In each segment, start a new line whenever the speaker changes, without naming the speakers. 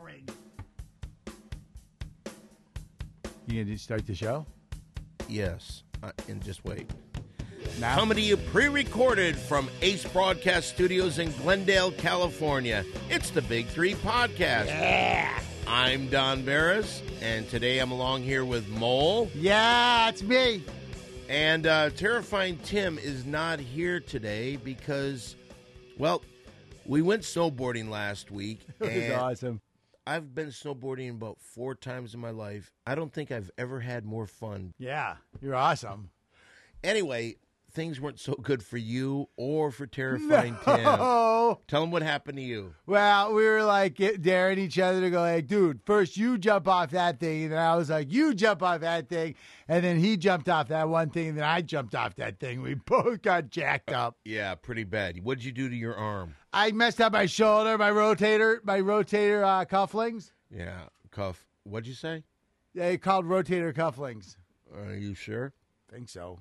ring.
You gonna start the show?
Yes, uh, and just wait.
Now?
Coming to you pre-recorded from Ace Broadcast Studios in Glendale, California. It's the Big Three Podcast. I'm Don Barris, and today I'm along here with Mole.
Yeah, it's me.
And uh, Terrifying Tim is not here today because, well, we went snowboarding last week.
It was
and
awesome.
I've been snowboarding about four times in my life. I don't think I've ever had more fun.
Yeah, you're awesome.
Anyway, things weren't so good for you or for Terrifying Tim.
Oh,
Tell them what happened to you.
well, we were like get- daring each other to go, like, dude, first you jump off that thing, and then I was like, you jump off that thing, and then he jumped off that one thing, and then I jumped off that thing. We both got jacked up.
Yeah, pretty bad. What'd you do to your arm?
I messed up my shoulder, my rotator, my rotator uh, cufflings.
Yeah, cuff. What'd you say?
They called rotator cufflings.
Are you sure?
Think so.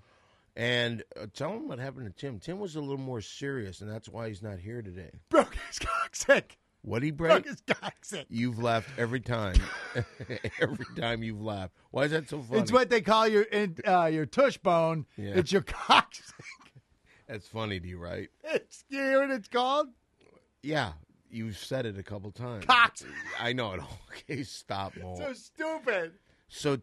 And uh, tell them what happened to Tim. Tim was a little more serious, and that's why he's not here today.
Broke his coccyx.
What he break?
Broke his coccyx.
You've laughed every time. every time you've laughed. Why is that so funny?
It's what they call your in- uh, your tush bone.
Yeah.
It's your coccyx.
That's funny to you, right?
It's, you hear what it's called?
Yeah. You've said it a couple times.
Coccyx.
I know it. Okay, stop, Mo.
So
So,
stupid.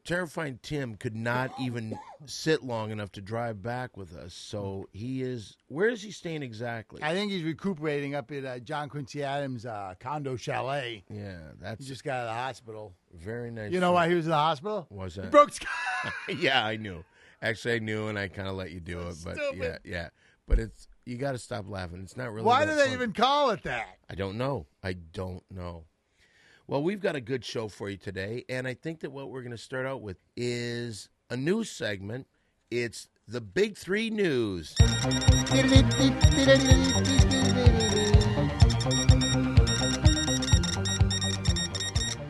terrifying Tim could not even sit long enough to drive back with us. So he is. Where is he staying exactly?
I think he's recuperating up at uh, John Quincy Adams' uh, condo chalet.
yeah,
He
that's
just got out of the hospital.
very nice.
You know why he was in the hospital?
Was
He
that?
broke his
yeah, I knew. Actually, I knew, and I kind of let you do it. But yeah,
Stupid.
yeah. But it's you got to stop laughing. It's not really.
Why
that
do they
funny.
even call it that?
I don't know. I don't know. Well, we've got a good show for you today, and I think that what we're going to start out with is a news segment. It's the Big Three News.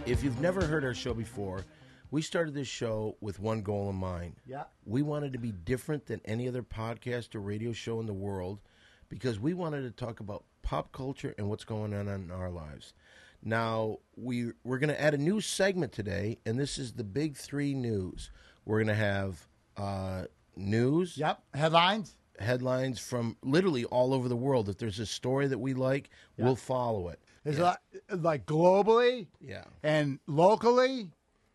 If you've never heard our show before, we started this show with one goal in mind.
Yeah.
We wanted to be different than any other podcast or radio show in the world because we wanted to talk about pop culture and what's going on in our lives. Now, we, we're going to add a new segment today, and this is the Big Three News. We're going to have uh, news,
Yep. Headlines.
headlines from literally all over the world. If there's a story that we like, we'll follow it.
There's a lot, like globally
Yeah.
and locally,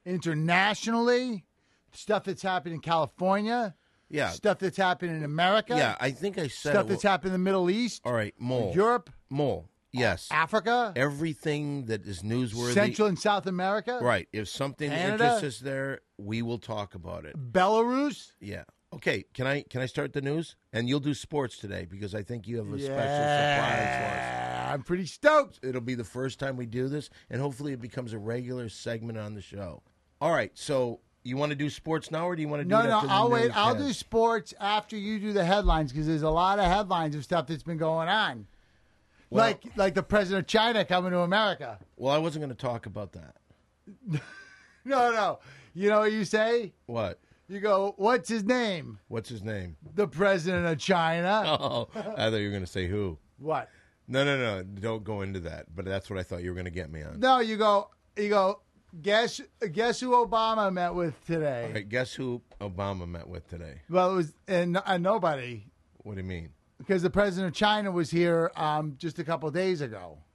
internationally, stuff that's happening in California,
Yeah.
stuff that's happening in America,
Yeah, I think I said
stuff
it.
that's happening in the Middle East,
All right, mole.
Europe,
mole. Yes.
Africa,
Everything that is newsworthy.
Central and South America,
Right. If something
Canada.
interests us there, we will talk about it.
Belarus.
Yeah. Okay. Can I can I start the news? And you'll do sports today because I think you have a special surprise
yeah, I'm pretty stoked.
for us. It'll be the first time we do this, and hopefully it becomes a regular segment on the show. All right. So you want to do sports now, or do you want to do
No,
it
no,
after the
I'll wait.
news
I'll
has?
do sports after you do the headlines because there's a lot of headlines of stuff that's been going on.
Well-
like like the president of China coming to America.
Well, I wasn't going to talk about that.
No, no. You know what you say?
What?
You go, what's his name?
What's his name?
The president of China.
Oh, I thought you were going to say who.
What?
No, no, no. Don't go into that. But that's what I thought you were going to get me on.
No, you go, you go, guess guess who Obama met with today?
All right, guess who Obama met with today?
Well, it was and, and nobody
What do you mean?
because the president of China was here um, just a couple days ago.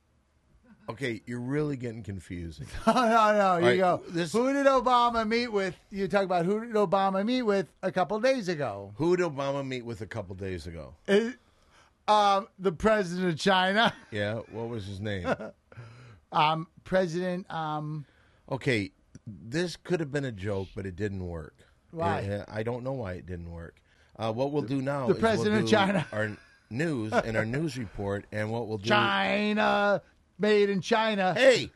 Okay, you're really getting confusing.
no, no, no. You
All right,
go.
this-
Who did Obama meet with? You talk about who did Obama meet with a couple days ago?
Who did Obama meet with a couple days ago?
It- um, the president of China,
Yeah, what was his name?
um, President. Um,
Okay, this could have been a joke, but it didn't work.
Why?
It- I don't know why it didn't work. Uh, what we'll do now
The
is
president of
we'll do
China.
our news and our news report, and what we'll do.
China, made in China.
Hey,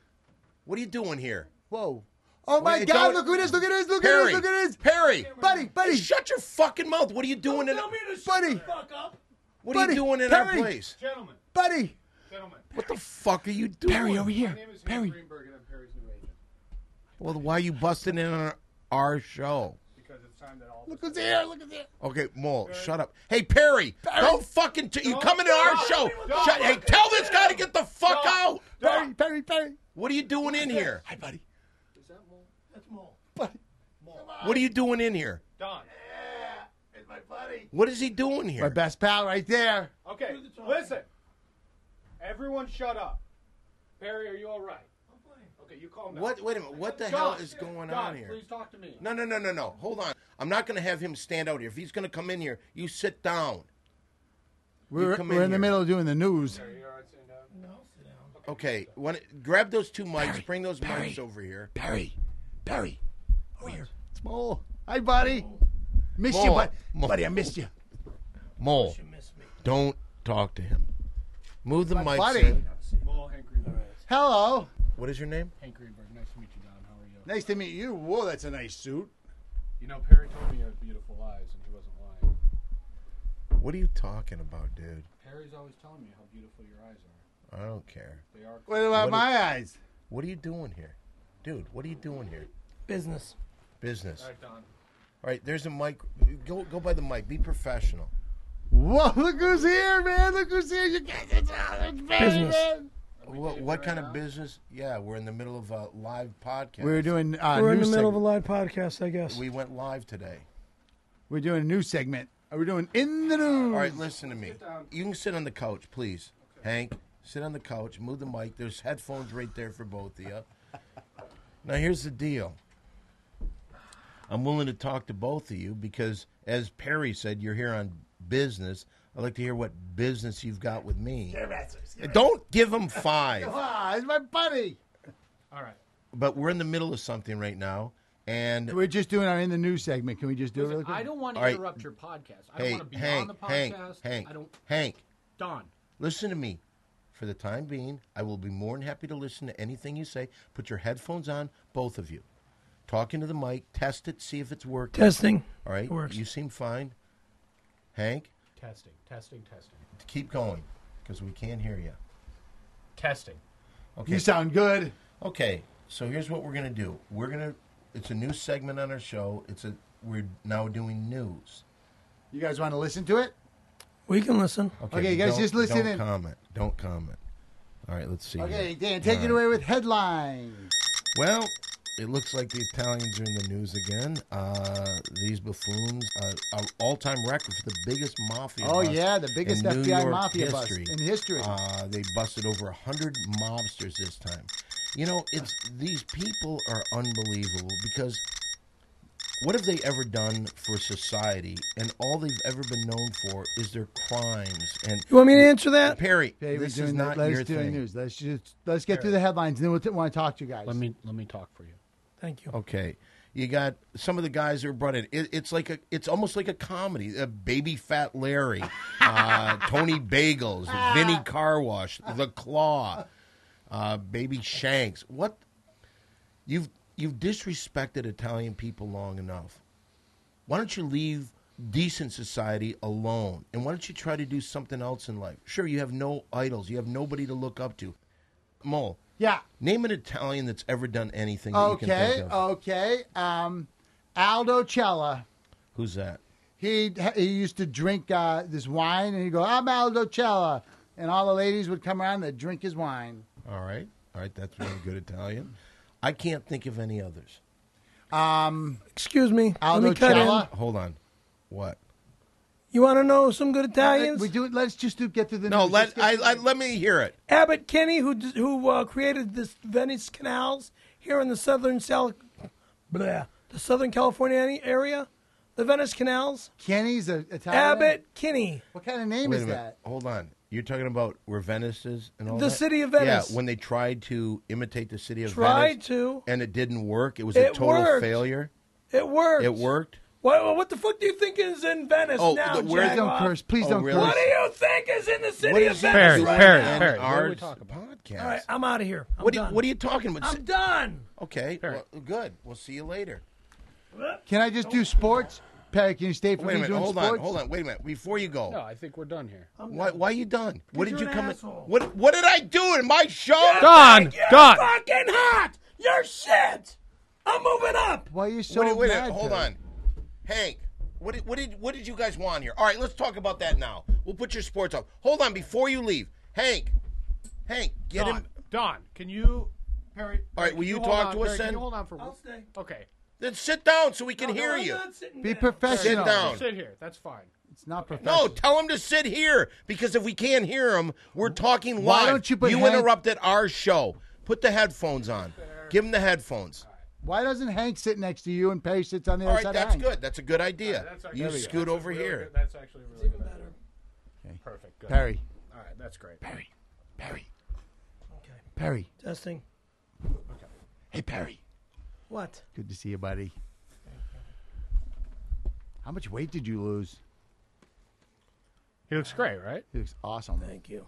what are you doing here?
Whoa. Oh my
Wait,
God!
don't-
Look who it is! Look at this! Look
Perry,
at this! Look at this!
Perry,
Buddy, buddy,
shut your fucking mouth! What are you doing in?
Tell me to shut
buddy,
the fuck up.
What are
buddy,
you doing in our
Perry.
place?
Gentlemen,
buddy!
gentlemen.
What the fuck are you doing?
Perry, over here.
My name is Hank
Perry,
Greenberg and I'm Perry's new agent.
Well, why are you busting in on our, our show?
Because it's
time that all
Look who's here. Look who's here.
Okay, Mole, shut up. Hey, Perry, don't fucking. T- you coming to our show?
don't-
Shut. Hey, tell this guy to get the fuck out.
Perry, Perry, Perry.
What are you doing in here?
Hi, buddy.
Is that mole? That's mole.
Buddy.
What are you doing in here?
Don.
It's my buddy.
What is he doing
My
here?
best pal right there.
Okay, listen. Everyone shut up. Barry, are you all right? I'm fine. Okay, you calm down.
What? Wait a minute. What the
Don,
hell is going
Don,
on here?
please talk to me.
No, no, no, no, no. Hold on. I'm not going to have him stand out here. If he's going to come in here, you sit down.
We're,
come
we're
in
in, the
here.
middle of doing the news.
Are you all right sitting down?
Okay. When, grab those two mics. bring those mics over here.
Perry, Perry, over here. It's Mole. Hi, buddy. Missed you,
Mole.
bud.
Mole.
buddy. I missed you.
Mole, don't talk to him. Move the
My
mics.
buddy.
in.
Mole, Hank Greenberg.
Hello.
What is your name?
Hank Greenberg, nice to meet you, Don. How are you?
Nice to meet you. Whoa, that's a nice suit.
You know, Perry told me you had beautiful eyes, and he wasn't lying.
What are you talking about, dude?
Perry's always telling me how beautiful your eyes are.
I don't care.
They are.
What about
What
my eyes?
What are you doing here? Dude, what are you doing here?
Business.
Business.
All right, Don.
All right, there's a mic. Go go by the mic. Be professional.
Whoa, look who's here, man. Look who's here. You can't get out of
Business.
What, what kind of business? Yeah, we're in the middle of a live podcast.
We're doing uh,
We're in the
news
middle of a
segment.
live podcast, I guess.
we went live today.
We're doing a news segment. Are we doing in the news?
All right, listen to me. You can sit on the couch, please. Hank, sit on the couch. Move the mic. There's headphones right there for both of you. Now, here's the deal. I'm willing to talk to both of you because, as Perry said, you're here on business. I'd like to hear what business you've got with me. Don't give him five.
Ah, it's my buddy.
All right.
But we're in the middle of something right now, and
We're just doing our in the news segment. Can we just do it really quick?
I don't want to
All right.
interrupt your podcast. I don't
hey,
want to be on
Hank,
the
Hank,
podcast.
Hank,
I don't.
Hank,
Don,
listen to me. For the time being, I will be more than happy to listen to anything you say. Put your headphones on, both of you. Talk into the mic, test it, see if it's working.
Testing.
All right,
It works.
you seem fine. Hank,
Testing, testing, testing.
keep going because we can't hear you.
Testing.
Okay.
You sound good.
Okay, so here's what we're gonna do. We're gonna. It's a new segment on our show. It's a. We're now doing news.
You guys want to listen to it?
We can listen.
Okay,
but
guys,
don't-
just listen
Don't
in.
comment. Don't comment. All right, let's see.
Okay,
here.
Dan, take
All
it
right.
away with headlines.
Well, it looks like the Italians are in the news again. Uh, these buffoons, uh, are all-time record for the biggest mafia.
Oh
bust
yeah, the biggest
in New
FBI
York
mafia
history.
bust in history.
Uh, they busted over hundred mobsters this time. You know, it's these people are unbelievable because what have they ever done for society? And all they've ever been known for is their crimes. And
You want me to answer that?
Perry,
okay,
this
we're
is
doing
not
let's
your
do
thing.
news. Let's just let's get through the headlines, and then we'll t- want to talk to you guys.
let me let me talk for you.
Thank you.
Okay. You got some of the guys that were brought in. It, it's like a, it's almost like a comedy. Uh, Baby Fat Larry, uh, Tony Bagels, Vinny Car Wash, The Claw, uh, Baby Shanks. What you've you've disrespected Italian people long enough. Why don't you leave decent society alone? And why don't you try to do something else in life? Sure, you have no idols. You have nobody to look up to. Mole,
yeah.
name an Italian that's ever done anything. That you can
Okay.
think of.
Okay. Um, Aldo Cella.
Who's that?
He he used to drink uh, this wine, and he'd go, "I'm Aldo Cella," and all the ladies would come around and they'd drink his wine.
All right. All right. That's really good Italian. I can't think of any others.
Excuse me. Let
Aldo
me cut
Cella.
in.
Hold on. What?
You want to know some good Italians?
We do it. Let's just do get through the
No,
news.
let
Just get-
I, I let me hear it.
Abbott Kinney, who d- who uh, created this Venice canals here in the southern Sal- bleh, the Southern California any- area, the Venice canals.
Kenny's a Italian.
Abbott Kinney.
What kind of name
Wait
is
a minute.
that?
Hold on. You're talking about where Venice is and all
The
that?
city of Venice.
Yeah, when they tried to imitate the city of
Tried
Venice
to.
and it didn't work. It was a
It
total
worked.
failure.
It worked.
It worked.
What, what the fuck do you think is in Venice
Oh,
now,
the- where-
Please don't
Jagoff?
curse. Please
Oh,
don't
really?
What do
curse.
you think is in the city
What
of
is that
Venice
doing
right
Perry,
now?
in
Perry.
our
What are we talking
podcast.
All right, I'm out of here. I'm
what, do you,
done.
what are you talking about?
I'm done.
Okay. Well, good. We'll see you later.
Can I just do sports? Perry, can you stay for me
Wait a minute.
doing
Hold
sports?
on. Hold on. Wait a minute. Before you go.
No, I think we're done here.
Why, why are you done? What did
you're
you
an
come
asshole.
in? What what did I do in my show?
Don,
You're
Don,
fucking hot. You're shit. I'm moving up.
Why are you so
wait, wait,
mad?
hold
Perry?
on. Hank, what did, what did what did you guys want here? All right, let's talk about that now. We'll put your sports up. Hold on before you leave, Hank. Hank, get
Don,
him.
Don, can you, Perry?
All right,
Perry,
will
can
you
hold
talk
on,
to us
Perry, Can
then?
you hold on for?
I'll stay.
Okay,
Then sit down so we can hear
I'm
you.
not sitting
Be
down.
professional.
Sit down.
sit here. That's fine.
It's not professional.
No, tell him to sit here because if we can't hear him, we're talking live.
Why don't you put Hank-
interrupted our show. Put the headphones on. Give him the headphones.
Why doesn't Hank sit next to you and Paige sits on the
All
other
right,
side
that's
of Hank?
good. That's a good idea.
That's
you
actually-
scoot
that's a
over
really
here.
good- that's actually a really good. idea. Perfect. Good.
Perry,
All right, that's great.
Perry, Perry,
Okay.
Perry.
Testing.
Hey, Perry.
What?
Good to see you, buddy. How much weight did you lose?
He looks great, right?
He looks awesome.
Thank you.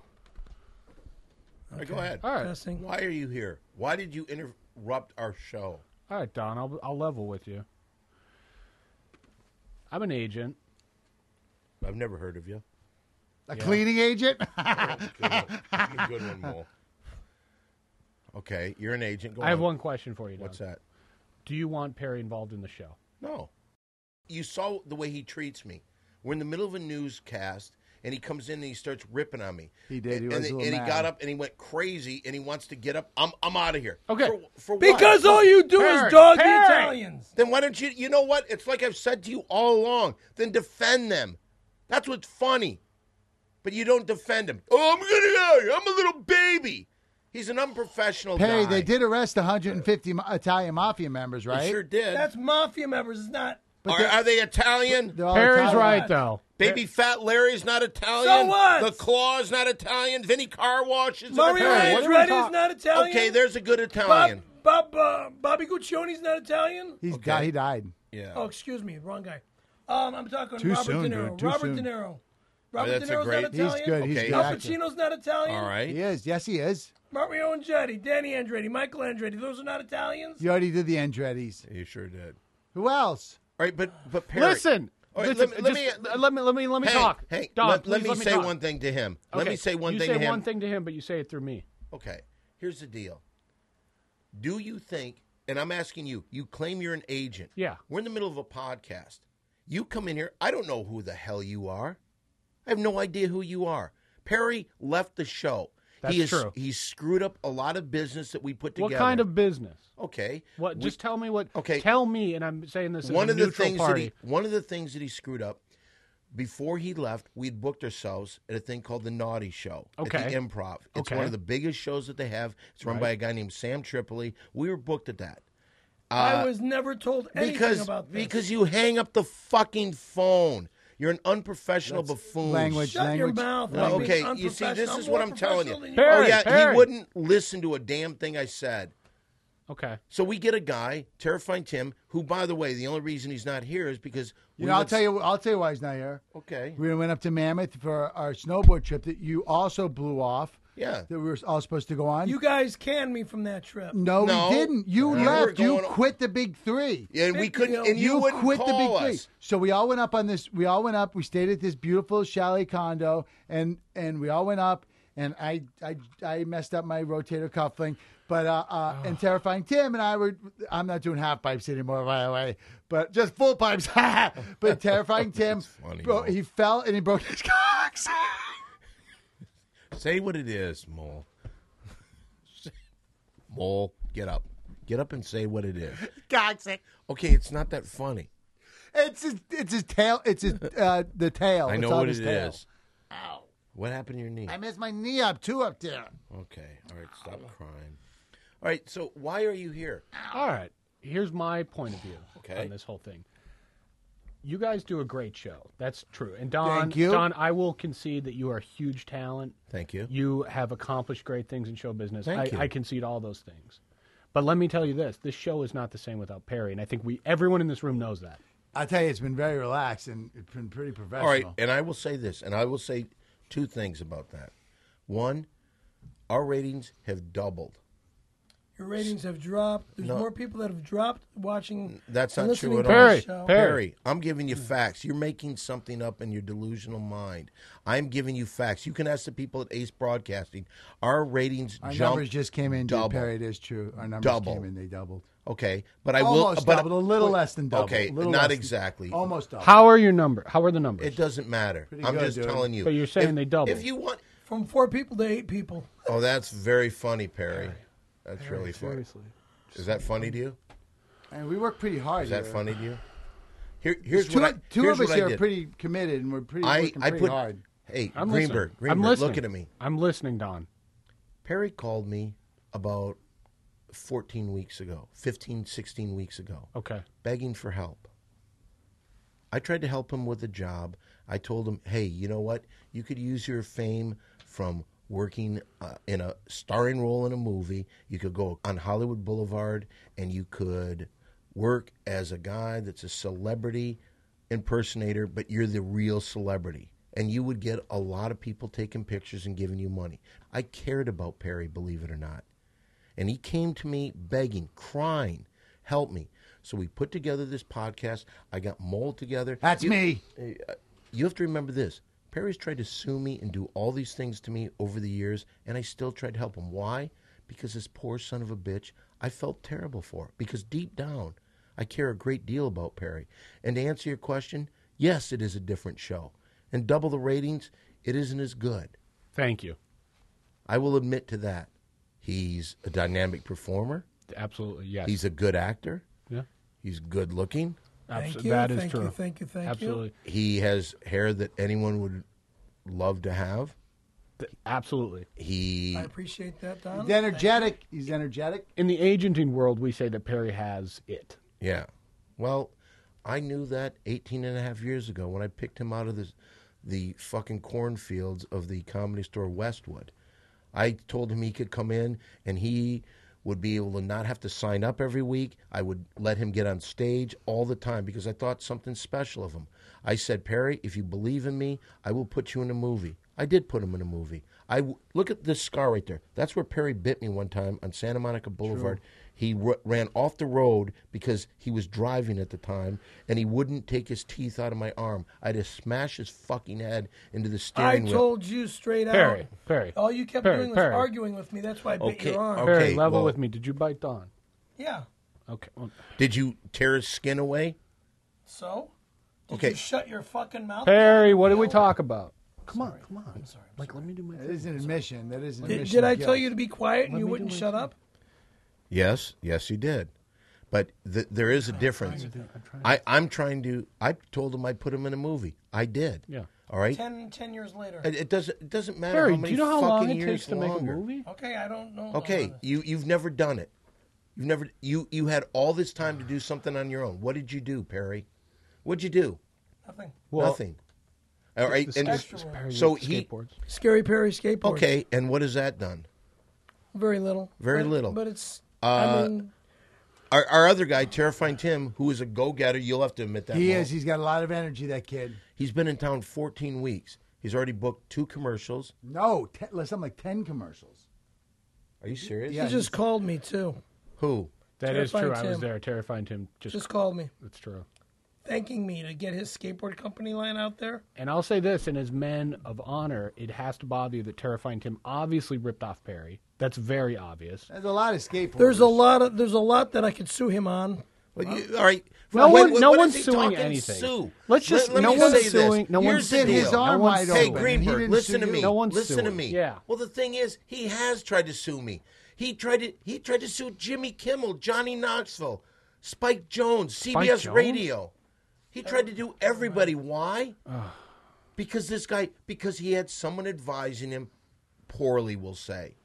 All right, go ahead.
All right,
Testing.
Why are you here? Why did you interrupt our show?
all right, Don. I'll I'll level with you. I'm an agent.
I've never heard of you.
A cleaning agent?
Good one, You're a good one Mo. Okay, you're an agent. Go
I have
on.
one question for you, Don.
What's that?
Do you want Perry involved in the show?
No. You saw the way he treats me. We're in the middle of a newscast, and he comes in and he starts ripping on me.
He did. He
And,
was a
and,
little
and he
mad.
got up and he went crazy, and he wants to get up. I'm I'm out of here.
Okay.
For, for what?
Because all you do
Perry,
is dog
Perry.
the Italians.
Then why don't you? You know what? It's like I've said to you all along. Then defend them. That's what's funny. But you don't defend him. Oh, I'm gonna. go. I'm a little baby. He's an unprofessional
Perry,
guy.
they did arrest 150 ma- Italian mafia members,
They
right?
sure did.
That's mafia members. It's not.
are, are they Italian?
They're all
Perry's
Italian.
right though.
Baby Fat Larry's not Italian.
So what?
The Claw's not Italian. Vinny Car Wash is
Mario
Italian.
what are we
Andretti's
talk-
not Italian.
Okay, there's a good
Bob,
Italian.
Bob, uh, Bobby Guccione's not Italian.
He's di- he died.
yeah.
Oh, excuse me, wrong guy. Um, I'm talking
Too
Robert
soon,
De Niro.
dude, too
Robert
soon.
De Niro. Robert
Oh, that's a
De Niro's
great-
not
He's
Italian.
good. He's
Okay.
a good.
Al
Al
actor.
Pacino's not Italian.
All right.
He is. Yes, he is.
Mario Andretti, Danny Andretti, Michael Andretti. Those are not Italians.
You already did the Andretti's.
He sure did.
Who else?
All right, but but Perry.
Listen.
All right,
listen,
let me- let
just-
me-
uh, let me let me let me
Hey,
talk.
Hey,
Don,
let, let
please
me say
talk.
one thing to him. Let me
Okay,
say one
you
thing
say
to him.
one thing to him, but you say it through me.
Okay, here's the deal. Do you think, and I'm asking you, you claim you're an agent.
Yeah.
We're in the middle of a podcast. You come in here, I don't know who the hell you are. I have no idea who you are. Perry left the show.
That's
he is,
true.
He screwed up a lot of business that we put
What
together.
kind of business?
Okay.
What?
we-
just tell me what.
Okay.
Tell me, and I'm saying this. As
one
a
of the
neutral
things
party.
that he one of the things that he screwed up before he left, we'd booked ourselves at a thing called the Naughty Show at
Okay.
the Improv. It's
Okay.
one of the biggest shows that they have. It's run by a guy named Sam Tripoli. We were booked at that
I was never told
Uh,
anything
because
about this.
because you hang up the fucking phone. You're an unprofessional buffoon.
language.
Shut your
Language.
mouth.
Well,
I'm being
okay, you see,
unprofessional.
this
I'm
is
more
what I'm telling you.
professional than
Perry,
oh yeah,
Perry.
he wouldn't listen to a damn thing I said.
Okay.
So we get a guy, terrifying Tim, who, by the way, the only reason he's not here is because
You
we
know, I'll
went-
tell you. I'll tell you why he's not here.
Okay.
We went up to Mammoth for our snowboard trip that you also blew off.
Yeah.
That we were all supposed to go on.
You guys canned me from that trip.
no,
No.
we didn't. You
We
left.
were
You
going-
quit the big three.
Yeah, and we
Big
couldn't.
deal.
And you,
you
wouldn't
quit the big
call
three.
us.
So we all went up on this. We all went up. We stayed at this beautiful chalet condo, and and we all went up. And I I, I messed up my rotator cuff thing, but uh, uh and terrifying Tim and I were. I'm not doing half pipes anymore, by the way, but just full pipes. but terrifying Tim,
funny,
bro,
Mo.
he fell and he broke his cocks.
Say what it is, Mole. Mole, get up. Get up and say what it is.
Cocksick.
Okay, it's not that funny.
It's his, it's his tail. It's his uh, the tail.
I
It's
know
on
what it
his
is.
tail.
What happened to your knee?
I messed my knee up too up there.
Okay, all right, stop crying. All right, so why are you here?
All right. Here's my point of view
Okay.
on this whole thing. You guys do a great show. That's true. And Don,
Thank you.
Don, I will concede that you are a huge talent.
Thank you.
You have accomplished great things in show business.
Thank
I,
you.
I concede all those things. But let me tell you this: this show is not the same without Perry, and I think we everyone in this room knows that.
I tell you, it's been very relaxed and it's been pretty professional.
All right, and I will say this, and I will say two things about that. One, our ratings have doubled.
Your ratings have dropped. There's
No.
more people that have dropped watching.
That's
and
not true at
listening to
all.
the
Perry,
show.
Perry.
Barry, I'm giving you facts. You're making something up in your delusional mind. I'm giving you facts. You can ask the people at Ace Broadcasting. Our ratings
Our
jumped.
numbers just came in.
double.
Double. Perry, it is true. Our numbers
Double.
came in. They doubled.
okay, but I
Almost
will. But
doubled. A little less than double.
Okay,
A little
not
less than-
exactly.
Almost doubled.
How are your number? How are the numbers?
It doesn't matter. I'm
good,
just
dude.
telling you.
But you're saying
If-
they doubled.
If you want,
From four people to eight people.
oh, that's very funny, Perry. That's really funny. Is that funny to you?
And we work pretty hard.
Is that
here.
funny to you? Here, here's
Two,
what I,
two of
here's
us
what I
here are
did.
pretty committed, and we're pretty
I,
working
I
pretty
put.
hard.
Hey,
I'm
Greenberg,
listening. I'm
Greenberg,
listening.
looking at me.
I'm listening, Don.
Perry called me about 14 weeks ago, 15, 16 weeks ago,
Okay.
begging for help. I tried to help him with a job. I told him, hey, you know what? You could use your fame from working uh, in a starring role in a movie. You could go on Hollywood Boulevard and you could work as a guy that's a celebrity impersonator, but you're the real celebrity. And you would get a lot of people taking pictures and giving you money. I cared about Perry, believe it or not. And he came to me begging, crying, help me. So we put together this podcast. I got mold together.
That's
You- uh,
me.
you have to remember this. Perry's tried to sue me and do all these things to me over the years, and I still tried to help him. Why? Because this poor son of a bitch, I felt terrible for. Because deep down, I care a great deal about Perry. And to answer your question, yes, it is a different show. And double the ratings, it isn't as good.
Thank you.
I will admit to that. He's a dynamic performer,
Absolutely. Yes.
he's a good actor,
yeah.
he's good looking.
Abs-
Thank you,
that is
thank you,
true.
thank you, thank you.
Absolutely.
He has hair that anyone would love to have.
Th- Absolutely.
He
I appreciate that, Don.
He's energetic. He's energetic.
In the agenting world, we say that Perry has it.
Yeah. Well, I knew that 18 and a half years ago when I picked him out of the, the fucking cornfields of the comedy store Westwood. I told him he could come in and he would be able to not have to sign up every week. I would let him get on stage all the time because I thought something special of him. I said, Perry, if you believe in me, I will put you in a movie. I did put him in a movie. I w- look at this scar right there. That's where Perry bit me one time on Santa Monica Boulevard. He r- ran off the road because he was driving at the time, and he wouldn't take his teeth out of my arm. I had to smash his fucking head into the
I
steering wheel.
told you straight
Perry,
out.
Perry,
All you kept
Perry,
doing was
Perry.
arguing with me. That's why I bit
Okay,
your arm.
okay.
Perry, level
well-
with me. Did you bite Don?
Yeah.
Okay. well,
Did you tear his skin away?
So? Did
Okay.
you shut your fucking mouth?
Perry, what did we talk about? Come on, come on.
sorry, I'm
Like, let me do my
That is an admission. That is an
Did,
admission.
did I
of
tell
guilt.
you to be quiet and you
me
wouldn't
do my
shut
thing.
up?
Yes, yes, he did. But th- there is a difference. I, I'm trying to. I told him I put him in a movie. I did.
Yeah.
All right.
Ten, ten years later.
It, it doesn't. It doesn't matter.
Perry,
how
do
many
you know how long
fucking
it takes
years
to make a
longer.
movie?
okay, I don't know. Uh,
Okay, you you've never done it. You've never you you had all this time to do something on your own. What did you do, Perry? What'd you do?
Nothing.
Nothing. All right.
This
And
guy-
Extra
this
work.
Perry with
So he-
skateboards.
Scary Perry skateboard.
okay, and what has that done?
Very little.
Very
But-
little.
But it's.
Uh,
I mean,
Our, our other guy, Terrifying Tim, who is a go-getter, you'll have to admit that.
He
Mo.
is. He's got a lot of energy. That kid.
He's been in town 14 weeks. He's already booked two commercials.
No, ten, like something like ten commercials.
Are you serious?
he just called me too.
Who?
That is true.
Terrifying
I was
Tim.
there. Terrifying Tim. Just,
Just called me,
it's true.
thanking me to get his skateboard company line out there.
And I'll say this, and as men of honor, it has to bother you that Terrifying Tim obviously ripped off Perry. That's very obvious.
There's a lot of skateboarders.
There's a lot of there's a lot that I could sue him on.
Well, you, all right.
No
When-
one-
when-
no
when
one's
is he
suing
talking
anything.
Sue?
Let's just-
Let, let
no
me
one's
say
suing-
This.
no
Here's
one's
the
Did his
deal.
arm
No one's
wide
suing.
Hey,
open. He
Greenberg,
didn't
listen to
sue
me.
you.
No one's
listen to
suing.
me.
Yeah.
Well, the thing is, he has tried to sue me. He tried to he tried to sue Jimmy Kimmel, Johnny Knoxville, Spike Jones, CBS
Jones?
Radio. He tried to do everybody. Why? Because this guy because he had someone advising him poorly, we'll say.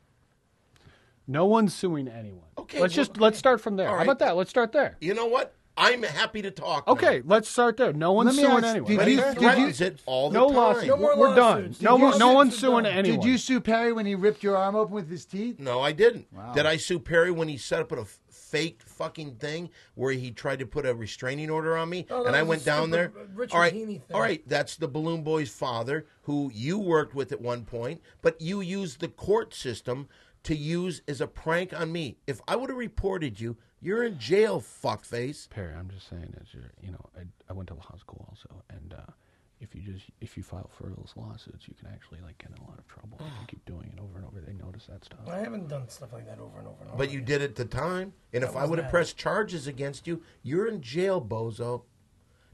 No one's suing anyone.
Okay,
Let's
well,
just let's start from there.
All
How about
right.
that? Let's start there.
You know what? I'm happy to talk. now.
Okay, let's start there. No one's
Let me
suing
ask,
anyone.
did
But
Right
he
you-
there.
did you-
threatens it all the
no
time.
lawsuits.
more
We're done.
lawsuits.
No,
Did you
more, no
sue-
one's suing
Did
anyone.
Did you sue Perry when he ripped your arm open with his teeth?
No, I didn't. Did I sue Perry when he set up a f- fake fucking thing where he tried to put a restraining order on me,
Oh, that
and I
was a
went down there?
stupid Richard
all right,
Heaney thing.
all right. That's the balloon boy's father, who you worked with at one point, but you used the court system to use as a prank on me. If I would have reported you, you're in jail, fuckface.
Perry, I'm just saying that you're, you know, I, I went to law school also, and uh, if you just if you file frivolous lawsuits, you can actually like get in a lot of trouble. If you keep doing it over and over, they notice that stuff.
I haven't done stuff like that over and over and over.
But you did it at the time. And if I would have pressed charges against you, you're in jail, bozo.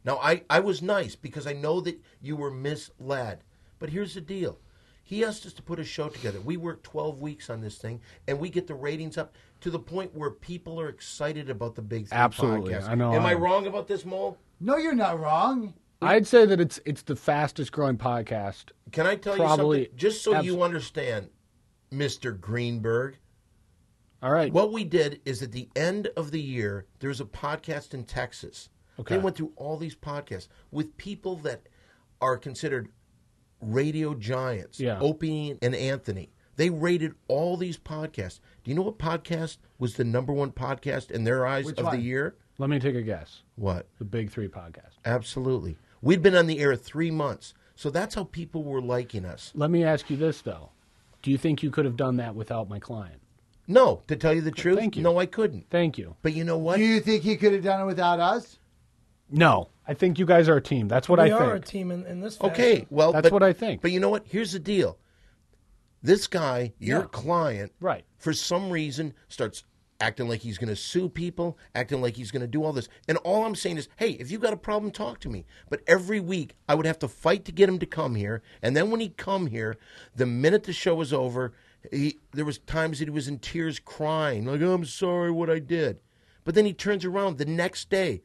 Now, I, I was nice because I know that you were misled. But here's the deal he asked us to put a show together. We work 12 weeks on this thing, and we get the ratings up to the point where people are excited about the big Three
Absolutely.
podcast.
I know
Am I,
I am.
wrong about this, Mole?
No, you're not wrong.
I'd say that it's it's the fastest growing podcast.
Can I tell you
Probably.
something? Just so
Abs-
you understand, Mr. Greenberg,
All right.
What we did is at the end of the year, there was a podcast in Texas.
Okay.
They went through all these podcasts with people that are considered radio giants.
Yeah.
Opie and Anthony. They rated all these podcasts. Do you know what podcast was the number one podcast in their eyes
Which
of
one?
the year?
Let me take a guess.
What?
The Big Three podcast.
Absolutely. We'd been on the air three months. So that's how people were liking us.
Let me ask you this though: Do you think you could have done that without my client?
No, to tell you the truth,
Thank you.
no, I couldn't.
Thank you.
But you know what?
Do you think he could have done it without us?
No, I think you guys are a team. That's what
we
I
are
think.
a team in, in this.
Okay,
fashion.
well,
That's
but-
what I think.
But you know what? Here's the deal. This guy, your
Yeah.
client,
Right.
for some reason starts acting like he's going to sue people, acting like he's going to do all this. And all I'm saying is, hey, if you've got a problem, talk to me. But every week, I would have to fight to get him to come here. And then when he'd come here, the minute the show was over, he, there was times that he was in tears crying, like, I'm sorry what I did. But then he turns around the next day,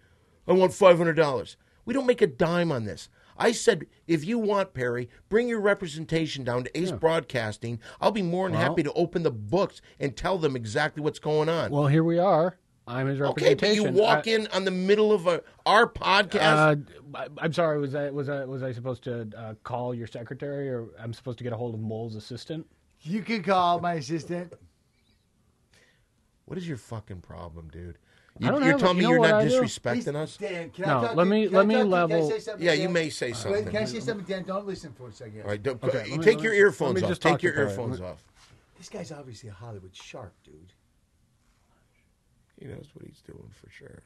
I want $500. We don't make a dime on this. I said, if you want, Perry, bring your representation down to Ace Broadcasting. I'll be more than happy to open the books and tell them exactly what's going on.
Well, here we are. I'm his
okay, but you
representation.
walk
I-
in on the middle of a, our podcast.
Uh, I- I'm sorry. Was I was I was I supposed to uh, call your secretary, or I'm supposed to get a hold of Mole's assistant?
You could call my assistant.
what is your fucking problem, dude?
I
You,
don't
you're
have a-
telling
you know
me you're
what
not
I do?
disrespecting
Please,
us?
Dan, can
No,
I talk
let
to-
me-
can
let
I
me
talk to-
level-
Can I say something,
Yeah, you
Dan?
may say
Wait,
something.
can I say something, Dan? Don't listen for a second.
All right, don't,
Okay, let me-
take
let
your
me-
earphones
let me
off.
just
Take
talk
your
to Perry.
earphones off.
This guy's obviously a Hollywood shark, dude.
He knows what he's doing for sure.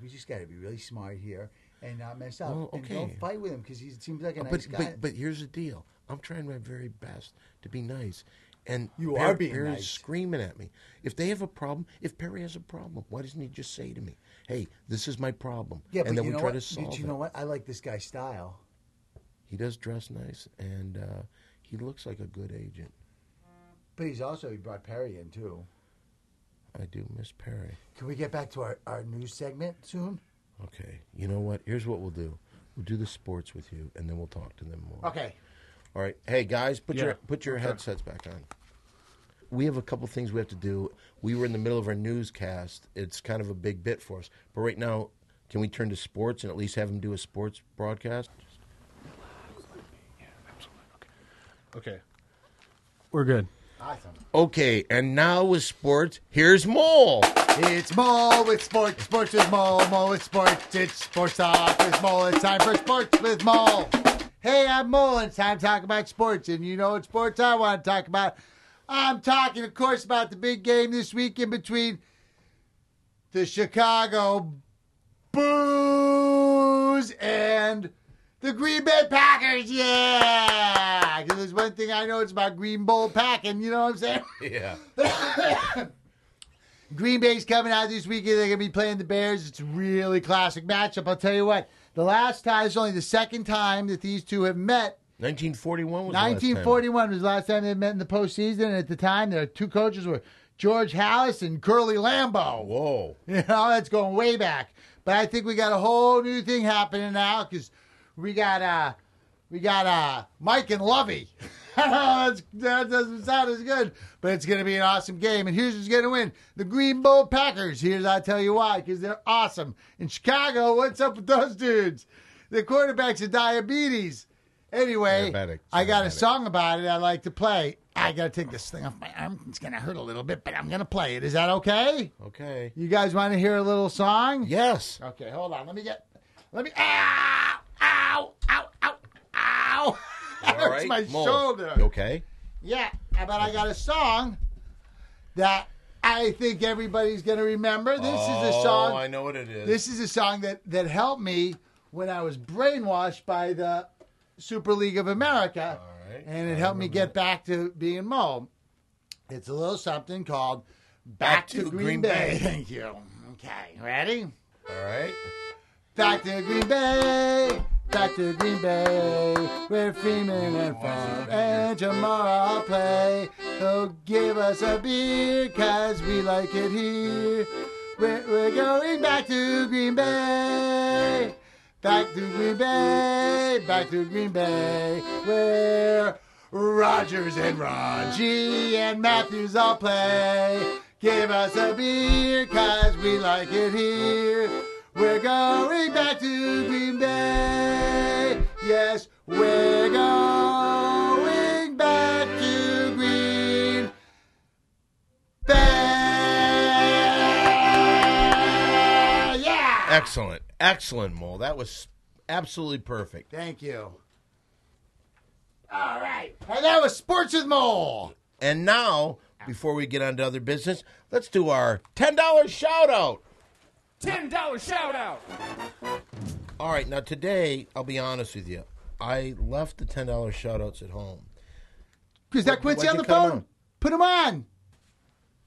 We just got to be really smart here and not mess up.
Well,
And don't
okay. Uh,
fight with him because he seems like a nice
but,
guy.
but but here's the deal. I'm trying my very best to be nice, and
You
Perry,
are being
Perry's
nice.
screaming at me. If they have a problem, if Perry has a problem, why doesn't he just say to me, "Hey, this is my problem,"
yeah, but
and then
you
we
know
try
what?
to solve
Dude, you
it.
know what? I like this guy's style.
He does dress nice, and uh, he looks like a good agent.
But he's also, he brought Perry in, too.
I do miss Perry.
Can we get back to our, our news segment soon?
Okay, you know what? Here's what we'll do. We'll do the sports with you, and then we'll talk to them more.
Okay.
All right. Hey guys, put
Yeah.
your put your headsets back on. We have a couple things we have to do. We were in the middle of our newscast. It's kind of a big bit for us. But right now, can we turn to sports and at least have them do a sports broadcast?
Okay, we're good.
Awesome.
Okay, and now with sports, here's Mole.
It's Mole with Sports. Sports with Mole. Mole with Sports. It's Sports Talk with Mole. It's time for Sports with Mole. Hey, I'm Mole, and it's time to talk about sports. And you know what sports I want to talk about? I'm talking, of course, about the big game this weekend between the Chicago Booze and the Green Bay Packers. Yeah! Because there's one thing I know, it's about Green Bowl packing. You know what I'm saying?
Yeah.
Green Bay's coming out this weekend. They're going to be playing the Bears. It's a really classic matchup. I'll tell you what. The last time it's only the second time that these two have met.
1941 was the last time.
1941 was the last time they met in the postseason. And at the time, their two coaches were George Hallis and Curly Lambeau.
Whoa.
You know, that's going way back. But I think we got a whole new thing happening now because we got uh we got uh Mike and Lovey. that's, that doesn't sound as good, but it's going to be an awesome game. And here's who's going to win: the Green Bay Packers. Here's I tell you why because they're awesome. In Chicago, what's up with those dudes? The quarterbacks are diabetes. Anyway,
Diabetic,
I got a
diabetic.
song about it I like to play. I got to take this thing off my arm. It's going to hurt a little bit, but I'm going to play it. Is that okay?
Okay.
You guys want to hear a little song?
Yes.
Okay, hold on. Let me get. Let me. Ow! Ow! Ow! Ow! Ow! That hurts my
Mole.
shoulder.
You Okay.
Yeah, but I got a song that I think everybody's going to remember. This is a song.
Oh, I know what it is.
This is a song that, that helped me when I was brainwashed by the Super League of America.
All right.
And it helped me get back to being Mo. It's a little something called Back, to, Green, Bay. Thank you. Okay, ready?
All right.
Back to Green Bay. Back to Green Bay, where Freeman and Favre and Jamar will play. So give us a beer, cause we like it here. We're, we're going back to Green Bay. Back to Green Bay, back to Green Bay, where Rogers and Raji and Matthews all play. Give us a beer, cause we like it here. We're going back to Green Bay. Yes, we're going back to Green Bay. Yeah!
Excellent. Excellent, Mole. That was absolutely perfect.
Thank you. All right. And that was Sports with Mole.
And now, before we get on to other business, let's do our $10 shout out.
Ten dollar shout out.
All right, now today, I'll be honest with you. I left the $10 shout outs at home.
Is that Quincy on
why'd you
the
cut
phone?
him on?
Put him on.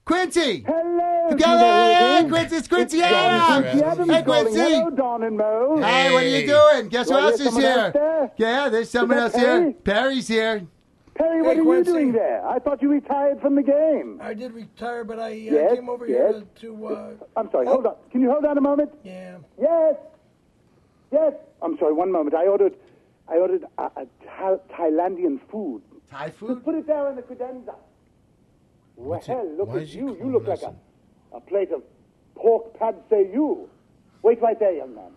Quincy.
Hello,
Go
Gina
there,
Wiggins.
Quincy. It's Quincy
Don
Adam.
Quincy Adams
Hey,
calling.
Quincy.
Hello, Don and Mo.
Hey, what are
Hey.
you doing? Guess who
Well,
else
there's
is
someone
here?
else there.
Yeah, there's someone
that
else here.
Perry?
Perry's here.
Perry, what
Hey,
are
Quincy.
you doing there? I thought you retired from the game.
I did retire, but I uh,
Yes,
came over
yes.
here to. to uh,
I'm sorry. Hold on. Can you hold on a moment?
Yeah.
Yes. Yes. I'm sorry. One moment. I ordered, I ordered a, a Tha- Thailandian food.
Thai food?
Put it there in the credenza.
What's
well,
it-
look
why
at
is he
you. You
calling
look like
us
a, a plate of pork pad say you. Wait right there, young man.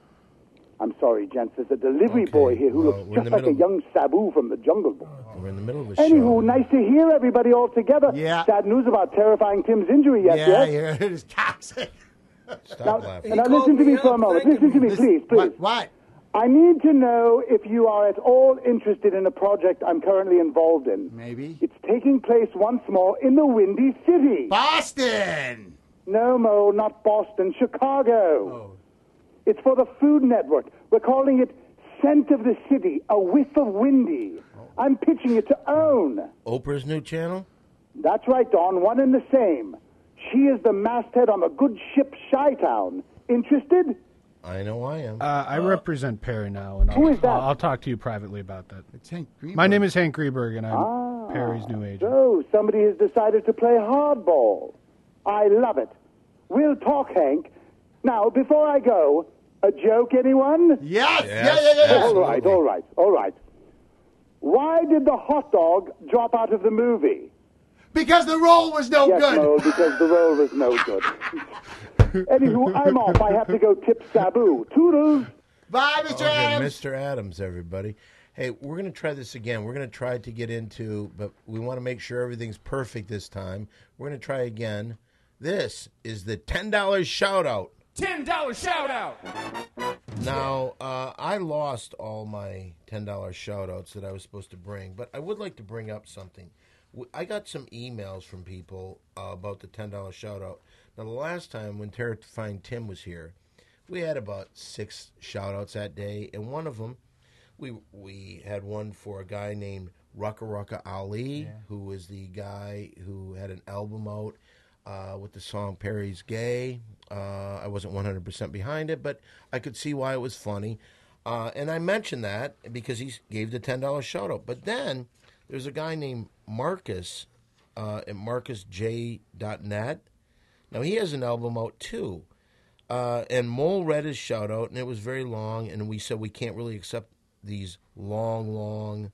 I'm sorry, gents. There's a delivery
Okay,
boy here who
well,
looks
we're in
just
the
like a
middle-
young Sabu from the Jungle Book.
We're in the middle of a show.
Anywho, nice to hear everybody all together.
Yeah.
Sad news about terrifying Tim's injury yesterday.
Yeah, here it is. Toxic.
Stop
Now,
laughing.
now
called
listen to
me
me for
up,
a moment.
thank
Listen to
him.
me, please, please.
What? What?
I need to know if you are at all interested in a project I'm currently involved in.
Maybe.
It's taking place once more in the Windy City.
Boston.
No, Mo, not Boston,
Oh.
Chicago. It's for the Food Network. We're calling it Scent of the City, a whiff of windy.
Oh.
I'm pitching it to own.
Oprah's new channel?
That's right, Don, one and the same. She is the masthead on the good ship Chi Town. Interested?
I know I am.
Uh, I represent Perry now, and I'll,
Who is that?
I'll, I'll talk to you privately about that.
It's Hank Greenberg.
My name is Hank Greenberg, and I'm Perry's new agent.
So, somebody has decided to play hardball. I love it. We'll talk, Hank. Now, before I go, a joke, anyone?
Yes.
Yes,
Yeah, yeah, yeah.
All
absolutely.
right, all right, all right. Why did the hot dog drop out of the movie?
Because the role was no Oh,
Yes,
good.
Noel, because the role was no good. Anywho, I'm off. I have to go tip Sabu. Toodles.
Bye, Mr.
Okay,
Adams.
Mr. Adams, everybody. Hey, we're going to try this again. We're going to try to get into, but we want to make sure everything's perfect this time. We're going to try again. This is the $10 shout out.
Ten dollar shout out.
Now, uh, I lost all my $10 shout outs that I was supposed to bring, but I would like to bring up something. W- I got some emails from people uh, about the $10 shout out. Now, the last time when Terrifying Tim was here, we had about six shout outs that day, and one of them, we, we had one for a guy named Rucka Rucka Ali, who was the guy who had an album out uh, with the song Perry's Gay. Uh, I wasn't 100% behind it, but I could see why it was funny. Uh, and I mentioned that because he gave the $10 shout out. But then there's a guy named Marcus uh, at marcusj.net. Now, he has an album out too. Uh, and Mole read his shout out, and it was very long. And we said we can't really accept these long, long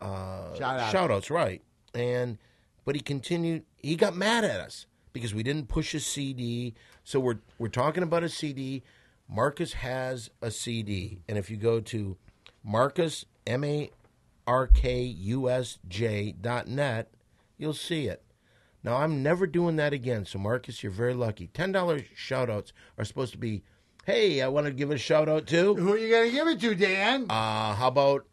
uh,
Shout outs.
shout outs, right? And but he continued. He got mad at us because we didn't push his CD. So we're we're talking about a CD. Marcus has a CD, and if you go to Marcus M A R K U S J dot net, you'll see it. Now I'm never doing that again. So Marcus, you're very lucky. Ten dollars shout outs are supposed to be, hey, I want to give a shout out to.
Who are you going to give it to, Dan?
Uh, how about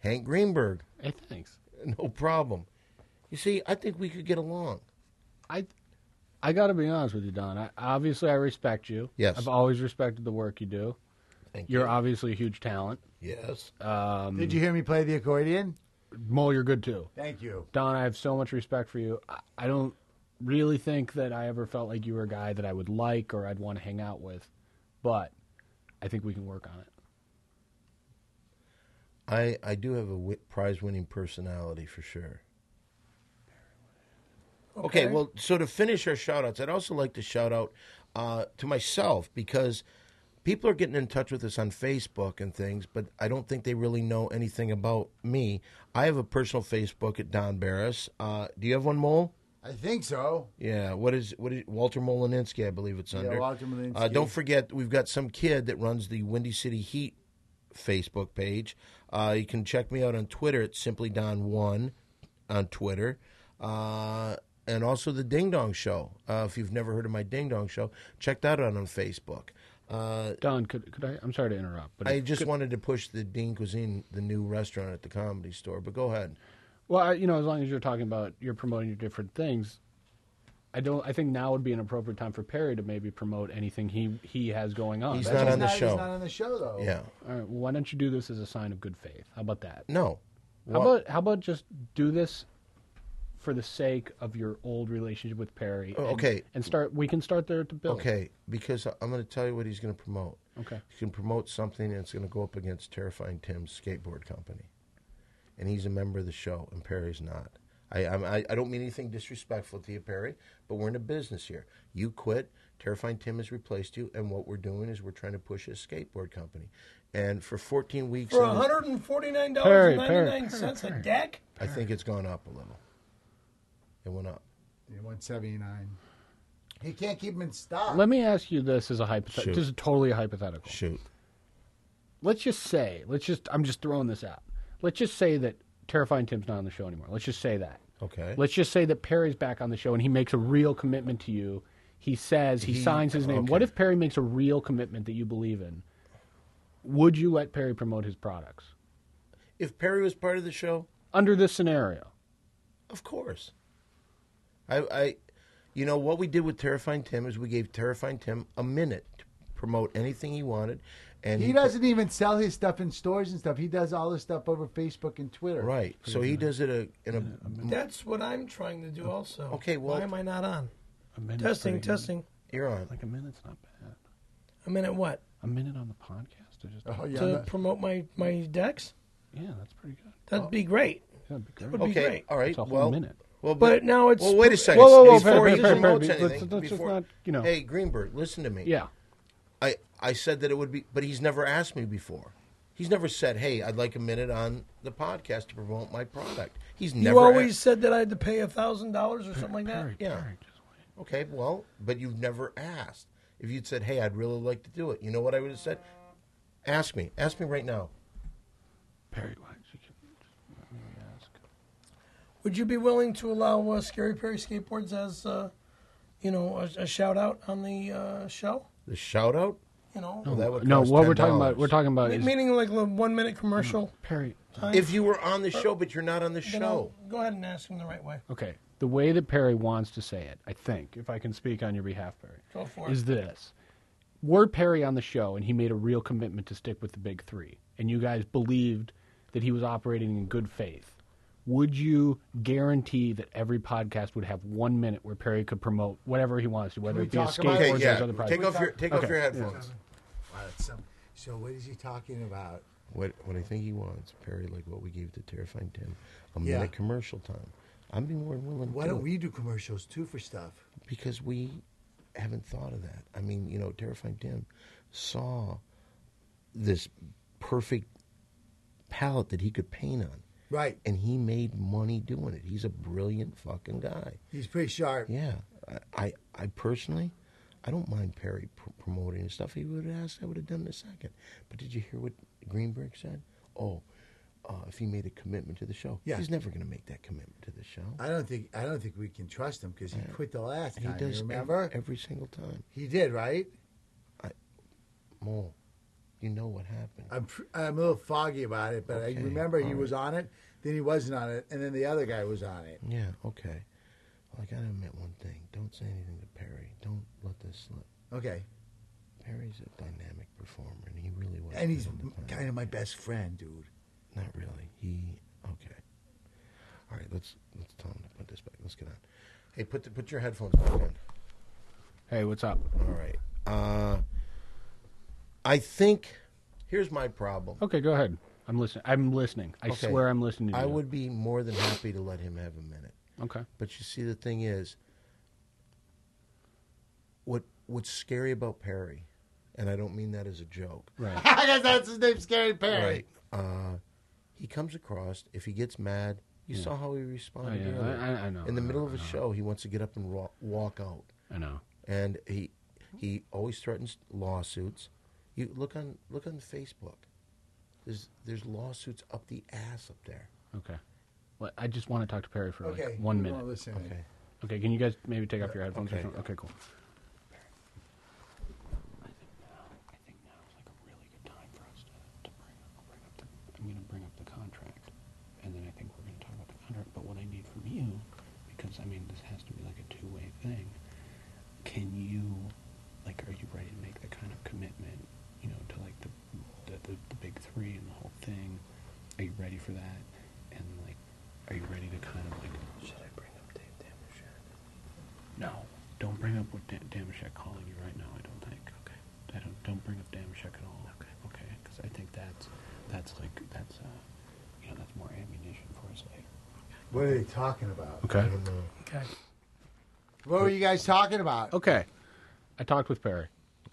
Hank Greenberg?
Hey, thanks.
No problem. You see, I think we could get along.
I, I got to be honest with you, Don. I, obviously, I respect you.
Yes.
I've always respected the work you do.
Thank
You're obviously a huge talent.
Yes.
Did you hear me play the accordion?
Mole, you're good too.
Thank you.
Don, I have so much respect for you. I, I don't really think that I ever felt like you were a guy that I would like or I'd want to hang out with, but I think we can work on it.
I, I do have a w- prize winning personality for sure. Okay. well, so to finish our shout outs, I'd also like to shout out uh, to myself because people are getting in touch with us on Facebook and things, but I don't think they really know anything about me. I have a personal Facebook at Don Barris. Uh, do you have one, Mole?
I think so.
Yeah, what is what is Walter Molininski? I believe it's under.
Walter Molininski.
Uh, don't forget, we've got some kid that runs the Windy City Heat Facebook page. Uh, you can check me out on Twitter at simply Don One on Twitter, uh, and also the Ding Dong Show. Uh, if you've never heard of my Ding Dong Show, check that out on Facebook. Uh,
Don, could could I? I'm sorry to interrupt, but
I just wanted to push the Dean Cuisine, the new restaurant at the Comedy Store. But go ahead.
Well, I, you know, as long as you're talking about you're promoting your different things, I don't. I think now would be an appropriate time for Perry to maybe promote anything he he has going on.
He's
That's-
not on the
he's
show.
not on the show though.
Yeah.
All right, well, why don't you do this as a sign of good faith? How about that?
No.
How
Well-
about how about just do this for the sake of your old relationship with Perry?
Oh,
and-
okay.
and start. We can start there to build.
Okay, because I- I'm going to tell you what he's going to promote.
Okay.
He's going to promote something and it's going to go up against Terrifying Tim's skateboard company. And he's a member of the show, and Perry's not. I, I'm- I, I don't mean anything disrespectful to you, Perry, but we're in a business here. You quit, Terrifying Tim has replaced you, and what we're doing is we're trying to push his skateboard company. And for 14 weeks,
For
on the-
$149.99 a deck?
I think it's gone up a little. It went up.
He won seventy nine. He can't keep him in stock.
Let me ask you this as a hypothetical.
Shoot.
This is totally a hypothetical.
Shoot.
let's just say, let's just, I'm just throwing this out. Let's just say that Terrifying Tim's not on the show anymore. Let's just say that.
Okay.
Let's just say that Perry's back on the show and he makes a real commitment to you. He says, he, signs his name. What if Perry makes a real commitment that you believe in? Would you let Perry promote his products?
If Perry was part of the show,
Under this scenario,
Of course. I, I, you know what we did with Terrifying Tim is we gave Terrifying Tim a minute to promote anything he wanted, and
he doesn't even sell his stuff in stores and stuff. He does all his stuff over Facebook and Twitter.
right. So he does it a, in a.
That's what I'm trying to do also.
Okay, well-
Why am I not on?
a minute's
Testing,
pretty good.
testing.
You're on.
Like a minute's not bad.
A minute what?
A minute on the podcast? I just,
Oh yeah.
to
no-
promote my, my decks?
yeah, that's pretty good.
That'd be great.
That'd be great.
Would be
Okay.
great.
All right.
It's a whole
well,
minute.
Well,
But now it's-
Well, wait a second.
Whoa, whoa, whoa,
Before
Perry,
he
Perry,
promotes
Perry,
anything,
let's- let's just
before-
not, you know.
Hey Greenberg, listen to me.
Yeah.
I I said that it would be, but he's never asked me before. He's never said, "Hey, I'd like a minute on the podcast to promote my product." He's never.
you always
asked-
said that I had to pay a thousand dollars or something like that.
Perry,
Yeah.
Perry, just wait.
Okay, well, but you've never asked. If you'd said, "Hey, I'd really like to do it," you know what I would have said? Ask me. Ask me right now.
Perry, why don't you just let me ask?
Would you be willing to allow uh, Scary Perry Skateboards as, uh, you know, a, a shout out on the uh, show?
The shout out?
You know,
Well, Oh, that would
no,
cost
what we're
$10.
talking about, we're talking about
Me-
is
meaning like a one minute commercial.
Perry.
Mm. If you were on the show, but you're not on the
Then I'll
show.
Go ahead and ask him the right way.
Okay, the way that Perry wants to say it, I think, if I can speak on your behalf, Perry,
Go for
is
it.
this: Were Perry on the show and he made a real commitment to stick with the big three, and you guys believed that he was operating in good faith? Would you guarantee that every podcast would have one minute where Perry could promote whatever he wants to, whether
we
it be a
talk about-
skateboard
Okay,
or his
yeah.
other project?
Take off your take off
Okay.
your headphones.
Wow, that's some- so what is he talking about?
What what I think he wants, Perry, like what we gave to Terrifying Tim, a
Yeah.
minute commercial time. I'd be more than willing. to
Why
do
don't
it
we do commercials too for stuff?
Because we haven't thought of that. I mean, you know, Terrifying Tim saw this perfect palette that he could paint on.
Right.
and he made money doing it. He's a brilliant fucking guy.
He's pretty sharp.
Yeah, I, I, I personally, I don't mind Perry pr- promoting his stuff. He would have asked, I would have done it in a second. But did you hear what Greenberg said? Oh, uh, if he made a commitment to the show,
Yeah.
he's never going to make that commitment to the show.
I don't think I don't think we can trust him because he quit the last
he
time.
does
you
ev-
remember?
every, single time.
he did, right?
More, you know what happened?
I'm pr- I'm a little foggy about it, but I remember he was on it. Then he wasn't on it, and then the other guy was on it.
yeah, okay, Well, I gotta admit one thing. Don't say anything to Perry. Don't let this slip.
Okay.
Perry's a dynamic performer, and he really was.
And
good
he's
on the piano.
kind of my best friend, dude.
Not really. He okay. All right, let's let's tell him to put this back. Let's get on. Hey, put the, put your headphones back on.
Hey, what's up?
All right. Uh, I think here's my problem.
Okay, go ahead. I'm listening. I'm listening. I
Okay.
swear I'm listening to you.
I would be more than happy to let him have a minute.
Okay.
But you see, the thing is, what what's scary about Perry, and I don't mean that as a joke.
Right.
I guess that's his name, Scary Perry.
Right. Uh, he comes across. If he gets mad, you saw how he responded.
Oh, yeah.
earlier.
I- I- I know,
In the
I know,
middle of
I
a show, he wants to get up and ro- walk out,
I know.
and he he always threatens lawsuits. You look on look on Facebook. There's there's lawsuits up the ass up there.
Okay. Well, I just want to talk to Perry for like
Okay.
one
we won't
minute.
listen to him.
Okay.
Okay, can you guys maybe take off your headphones
okay.
or something? Okay, cool. I'm gonna bring up the contract, and then I think we're gonna talk about the contract. But what I need from you, because I mean this has to be like a two-way thing. Can you, like, are you ready to make the kind of commitment, you know, to like the the, the, the big three and the whole thing? Are you ready for that? And like, are you ready to kind of like? Should I bring up Dave Damashek? No, don't bring up what da- Damashek calling you right now. I don't think. Okay. I don't don't bring up Damashek at all. Okay. Okay, because I think that's that's like that's uh you know that's more ammunition for us later.
What are they talking about?
Okay.
Okay.
What were you guys talking about?
Okay. I talked with Perry.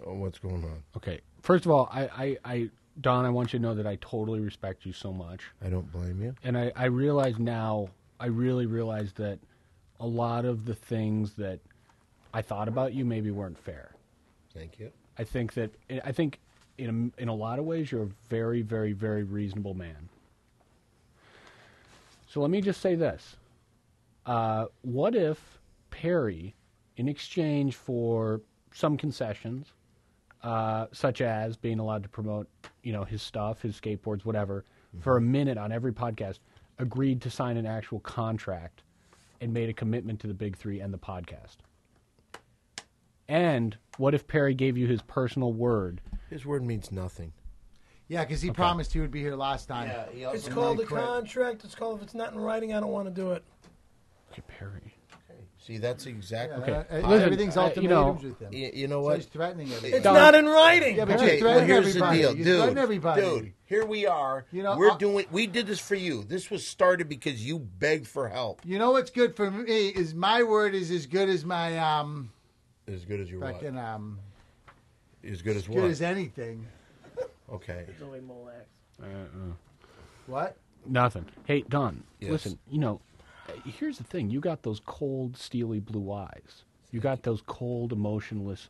Oh, what's going on?
Okay. First of all, I, I, I Don, I want you to know that I totally respect you so much.
I don't blame you.
And I, I realize now, I really realize that a lot of the things that I thought about you maybe weren't fair.
Thank you.
I think that I think in a, in a lot of ways you're a very very very reasonable man. So let me just say this: uh, What if Perry, in exchange for some concessions, uh, such as being allowed to promote, you know, his stuff, his skateboards, whatever, for a minute on every podcast, agreed to sign an actual contract and made a commitment to the big three and the podcast? And what if Perry gave you his personal word?
His word means nothing.
Yeah, because he promised he would be here last time.
It's called a
quit.
contract. It's called if it's not in writing, I don't want to do it.
Okay, Perry.
See, that's exactly.
Okay. Uh, uh,
Listen,
everything's
I- you know-
ultimatums with him.
You, you know
So he's
what?
threatening
It's
everybody.
Don-
not in writing.
Yeah, but
Perry,
you
Okay, well,
threaten
here's
everybody.
the deal,
you
dude.
threaten everybody.
Dude, here we are.
You know,
we're
I-
doing. We did this for you. This was started because you begged for help.
You know what's good for me is my word is as good as my um
As good as you what?
fucking um
As good as what?
good as anything.
okay.
What?
Nothing. Hey, Don.
Yes.
Listen, you know, uh, here's the thing. You got those cold, steely blue eyes. You got those cold, emotionless,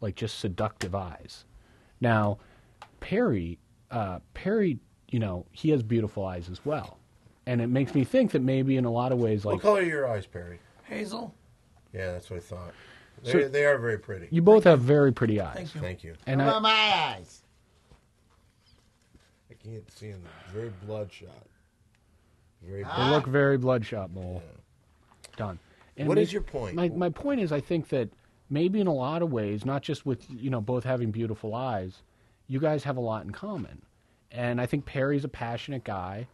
like just seductive eyes. Now, Perry, uh, Perry, you know, he has beautiful eyes as well, and it makes me think that maybe in a lot of ways,
What
like
color are your eyes, Perry?
Hazel.
Yeah, that's what I thought. They,
So-
they are very pretty.
you both have very pretty eyes,
Thank you.
Thank you.
and
What
I,
about my eyes?
I can't see them. Very bloodshot. Very.
they
Blood-
look very bloodshot, mole. Don. And
What
ma-
is your point?
My, my point is, I think that maybe in a lot of ways, not just with you know both having beautiful eyes, you guys have a lot in common. And I think Perry's a passionate guy.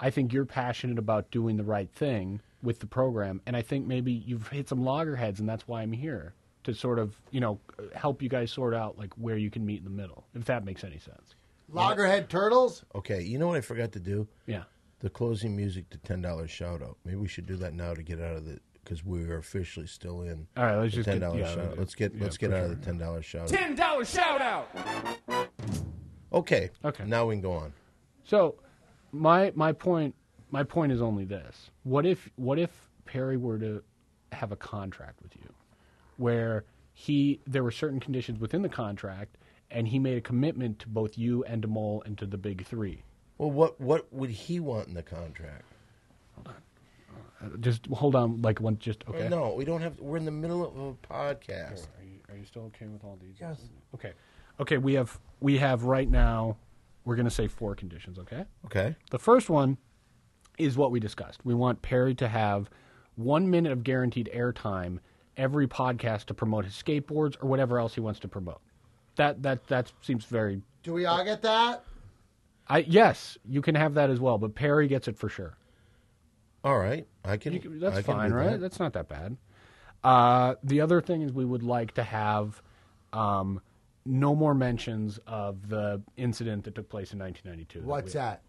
I think you're passionate about doing the right thing with the program, and I think maybe you've hit some loggerheads, and that's why I'm here to sort of you know help you guys sort out like where you can meet in the middle, if that makes any sense.
Loggerhead turtles?
okay. You know what I forgot to do?
Yeah.
The closing music to ten dollars shout out. Maybe we should do that now to get out of the because we are officially still in.
All right, let's
the
just get-
ten dollars
yeah,
shout out. Let's get
yeah,
let's get
for
out
sure.
of the ten dollars shout out.
Ten dollar shout out.
Okay.
Okay.
Now we can go on.
So, my my point my point is only this: what if what if Perry were to have a contract with you, where he there were certain conditions within the contract, and he made a commitment to both you and to Mole and to the Big Three.
Well, what what would he want in the contract?
Uh, Just hold on, like one. Just okay.
No, we don't have. We're in the middle of a podcast.
Are you, are you still okay with all these?
Yes.
Okay. Okay. We have we have right now. We're going to say four conditions. Okay.
Okay.
The first one is what we discussed. We want Perry to have one minute of guaranteed airtime every podcast to promote his skateboards or whatever else he wants to promote. That that that seems very.
Do we all get that?
I yes, you can have that as well, but Perry gets it for sure.
All right, I can.
You can, that's
I can
fine,
do
right?
that.
That's not that bad. Uh, the other thing is we would like to have um, no more mentions of the incident that took place in 1992.
What's
we,
that?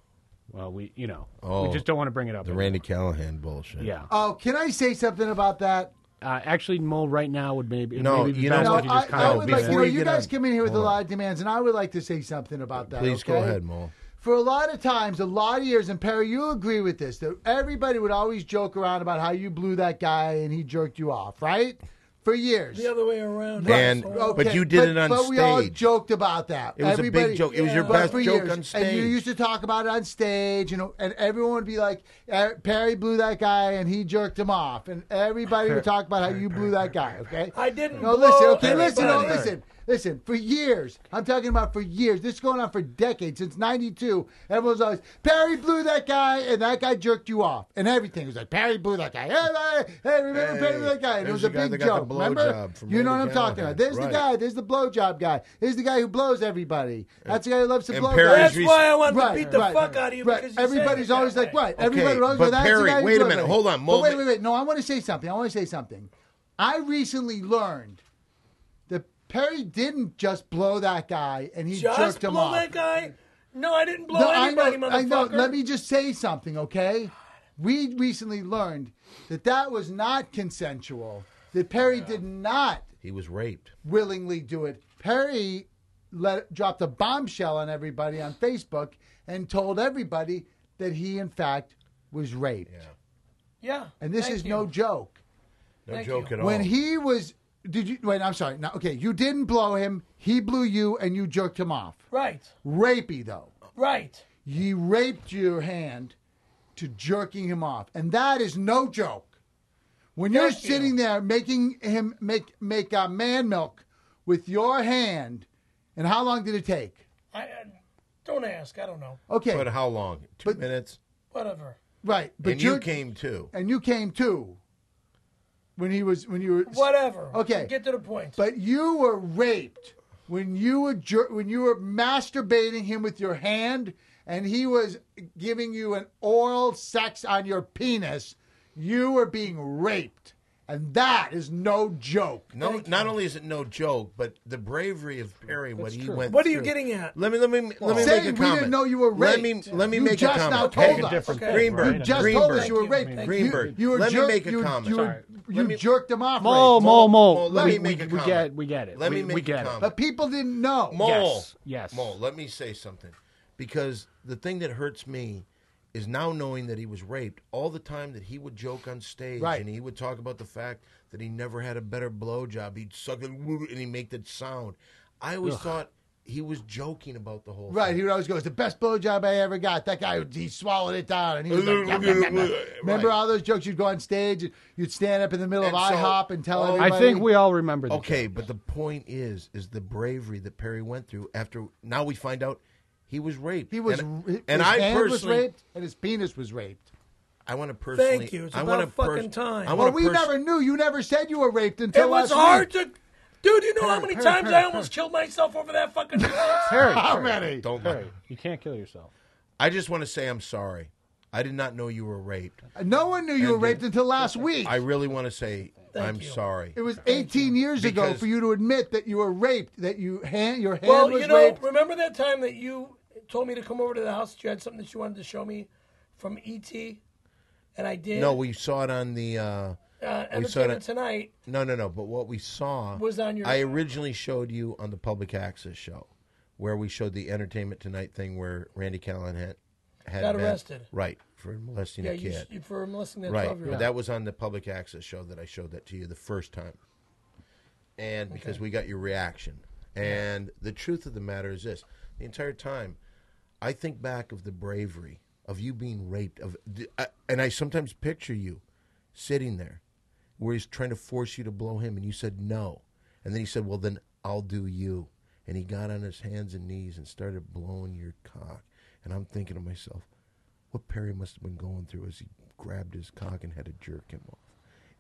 Well, we you know
Oh,
we just don't want to bring it up.
The
anymore.
Randy Callahan bullshit.
Yeah.
Oh, can I say something about that?
Uh, actually, Mo right now would maybe
No,
maybe
you
best
know-
No,
if you
I,
just
kinda
I
No,
kind
would
of
like, you,
before
know,
you
you
get
guys
on-
come in here with a
hold on.
lot of demands, and I would like to say something about that.
Please go
okay?
ahead, Mo.
For a lot of times, a lot of years, and Perry, you'll agree with this, that everybody would always joke around about how you blew that guy and he jerked you off, right? For years.
The other way around.
And
asshole.
but you did it on
but we all
stage.
joked about that.
It was a big
Everybody,
joke. It was your
But
best
for
joke
years.
on
And you
stage.
used to talk about it on stage, you know, and everyone would be like, "Eh, "Perry blew that guy, and he jerked him off," and everybody would talk about how you blew that guy. Okay,
I didn't
No,
blow
listen. Okay, listen. No,
anybody.
listen. Listen, for years, I'm talking about for years. This is going on for decades, since 92. Everyone's always, Perry blew that guy, and that guy jerked you off. And everything was like, Perry blew that guy. Hey, hey, hey, remember
Hey,
Perry blew that guy. And it
there's
was a
the guy that
big
got
joke.
the
Remember?
blowjob from
You know what
Randy
I'm talking
Callahan.
about. There's the
Right.
guy. There's the blowjob guy. There's the guy who blows everybody. That's the guy who loves to
And
blow
Perry's
guys.
That's
Perry's
why I wanted
Right,
to beat the
right,
fuck out of you
Right.
because you
Everybody's
said it
always
that
like,
way.
right. Everybody always
but
goes, that's the
Perry,
guy who
wait a
blew
minute.
everybody."
Hold on.
But wait,
Moment.
wait, wait. No, I want to say something. I want to say something. I recently learned that Perry didn't just blow that guy and he
Just
jerked him
blow
off.
that guy. No, I didn't blow
No, I know,
anybody, motherfucker.
I know. Let me just say something, okay? We recently learned that that was not consensual. That Perry did not
He was raped.
willingly do it. Perry let, dropped a bombshell on everybody on Facebook and told everybody that he, in fact, was raped.
Yeah.
And this
thank
is
you.
no joke.
No
Thank
joke
you.
at all.
When he was, did you? Wait, I'm sorry. No, okay, you didn't blow him. He blew you, and you jerked him off.
Right.
Rapey though.
Right.
He raped your hand to jerking him off, and that is no joke. When you're
Thank you.
sitting there making him make make uh, man milk with your hand, and how long did it take?
I, I don't ask. I don't know.
Okay,
but how long? Two minutes.
Whatever.
right. But
and you
you're-
came too.
and you came too. When he was when you were
Whatever.
Okay.
Get to the point.
But you were raped when you were jer- when you were masturbating him with your hand, and he was giving you an oral sex on your penis. You were being raped, and that is no joke.
No, not only is it no joke, but the bravery of Perry, what he went.
what are you
through.
getting at?
Let me let me let me
Saying
make a
we
comment.
didn't know you were
Let me
raped.
let me
You
make
just
a
now
comment.
told
Hey,
us.
Different
Okay.
Greenberg,
You
Just
Greenberg,
told us you were raped.
Thank
You-
Greenberg.
You, were
let
jerked-
me make a
you, were-
comment.
You, were- you
me-
jerked him off.
Mo,
Ray.
Mo, Mo.
Mo, let
we,
me make
we,
a
we
comment.
get, we get it.
Let
we,
me make
we
a
get
comment.
But people didn't know.
Mo,
Yes, yes.
Mo, let me say something because the thing that hurts me is now knowing that he was raped all the time that he would joke on stage
Right.
and he would talk about the fact that he never had a better blowjob. He'd suck it woo, and he'd make that sound. I always thought he was joking about the whole
Right,
thing.
he would always go, "It's the best blowjob I ever got." That guy, he swallowed it down, and he was like, "Yum, yum, yum, yum." "Remember
Right.
all those jokes? You'd go on stage, and you'd stand up in the middle
And
of
so-
IHOP and tell
Oh.
everybody."
I think we all remember. The
Okay, but the point is, is the bravery that Perry went through after. Now we find out he was raped.
he was,
and,
his
and I
hand was
personally,
raped, and his penis was raped.
I want to personally.
you. It's
I wanna
about fucking time.
I
Well,
want
we never knew. You never said you were raped until
It was
last
hard
week.
to. Dude, you know how many
Perry,
times
Perry,
I almost killed myself over that fucking box?
Perry,
How
Perry,
many?
Don't.
Perry, you can't kill yourself.
I just want to say I'm sorry. I did not know you were raped.
No one knew you were raped until last week.
I really want to say I'm
you.
sorry.
it was 18 years ago
Because-
for you to admit that you were raped, that you hand your hand
well,
was
you know,
raped.
remember that time that you told me to come over to the house that you had something that you wanted to show me from E.T.? And I did.
No, we saw it on the. Uh,
Uh,
we saw
Entertainment
it-
Tonight.
no, no, no. But what we saw
Was on your-
I originally showed you on the public access show, where we showed the Entertainment Tonight thing where Randy Callahan had, had
Got
been-
arrested.
right for molesting
Yeah,
a
you,
kid.
you for listening to that
Right,
12 year
but
old.
that was on the public access show that I showed that to you the first time, and because we got your reaction. And the truth of the matter is this: the entire time, I think back of the bravery of you being raped, of the- I- and I sometimes picture you sitting there, where he's trying to force you to blow him, and you said no, and then he said, "Well, then I'll do you," and he got on his hands and knees and started blowing your cock, and I'm thinking to myself what Perry must have been going through as he grabbed his cock and had to jerk him off.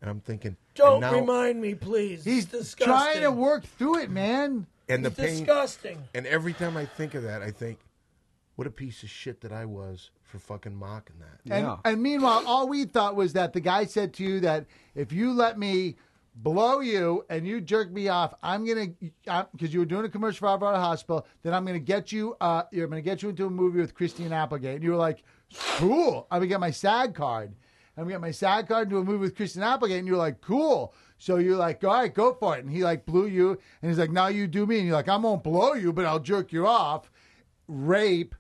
And I'm thinking,
Don't
and now,
remind me, please.
He's
it's disgusting.
trying to work through it, man.
and the
It's
pain.
disgusting.
And every time I think of that, I think, what a piece of shit that I was for fucking mocking that.
And,
Yeah.
and meanwhile, all we thought was that the guy said to you that if you let me blow you and you jerk me off, I'm gonna because you were doing a commercial for Alvarado Hospital. Then I'm gonna get you. Uh, you're gonna get you into a movie with Christine Applegate. And you were like, cool. I'm gonna get my SAG card. I'm gonna get my SAG card into a movie with Christine Applegate. And you're like, cool. So you're like, all right, go for it. And he like blew you, and he's like, now you do me. And you're like, I won't blow you, but I'll jerk you off rape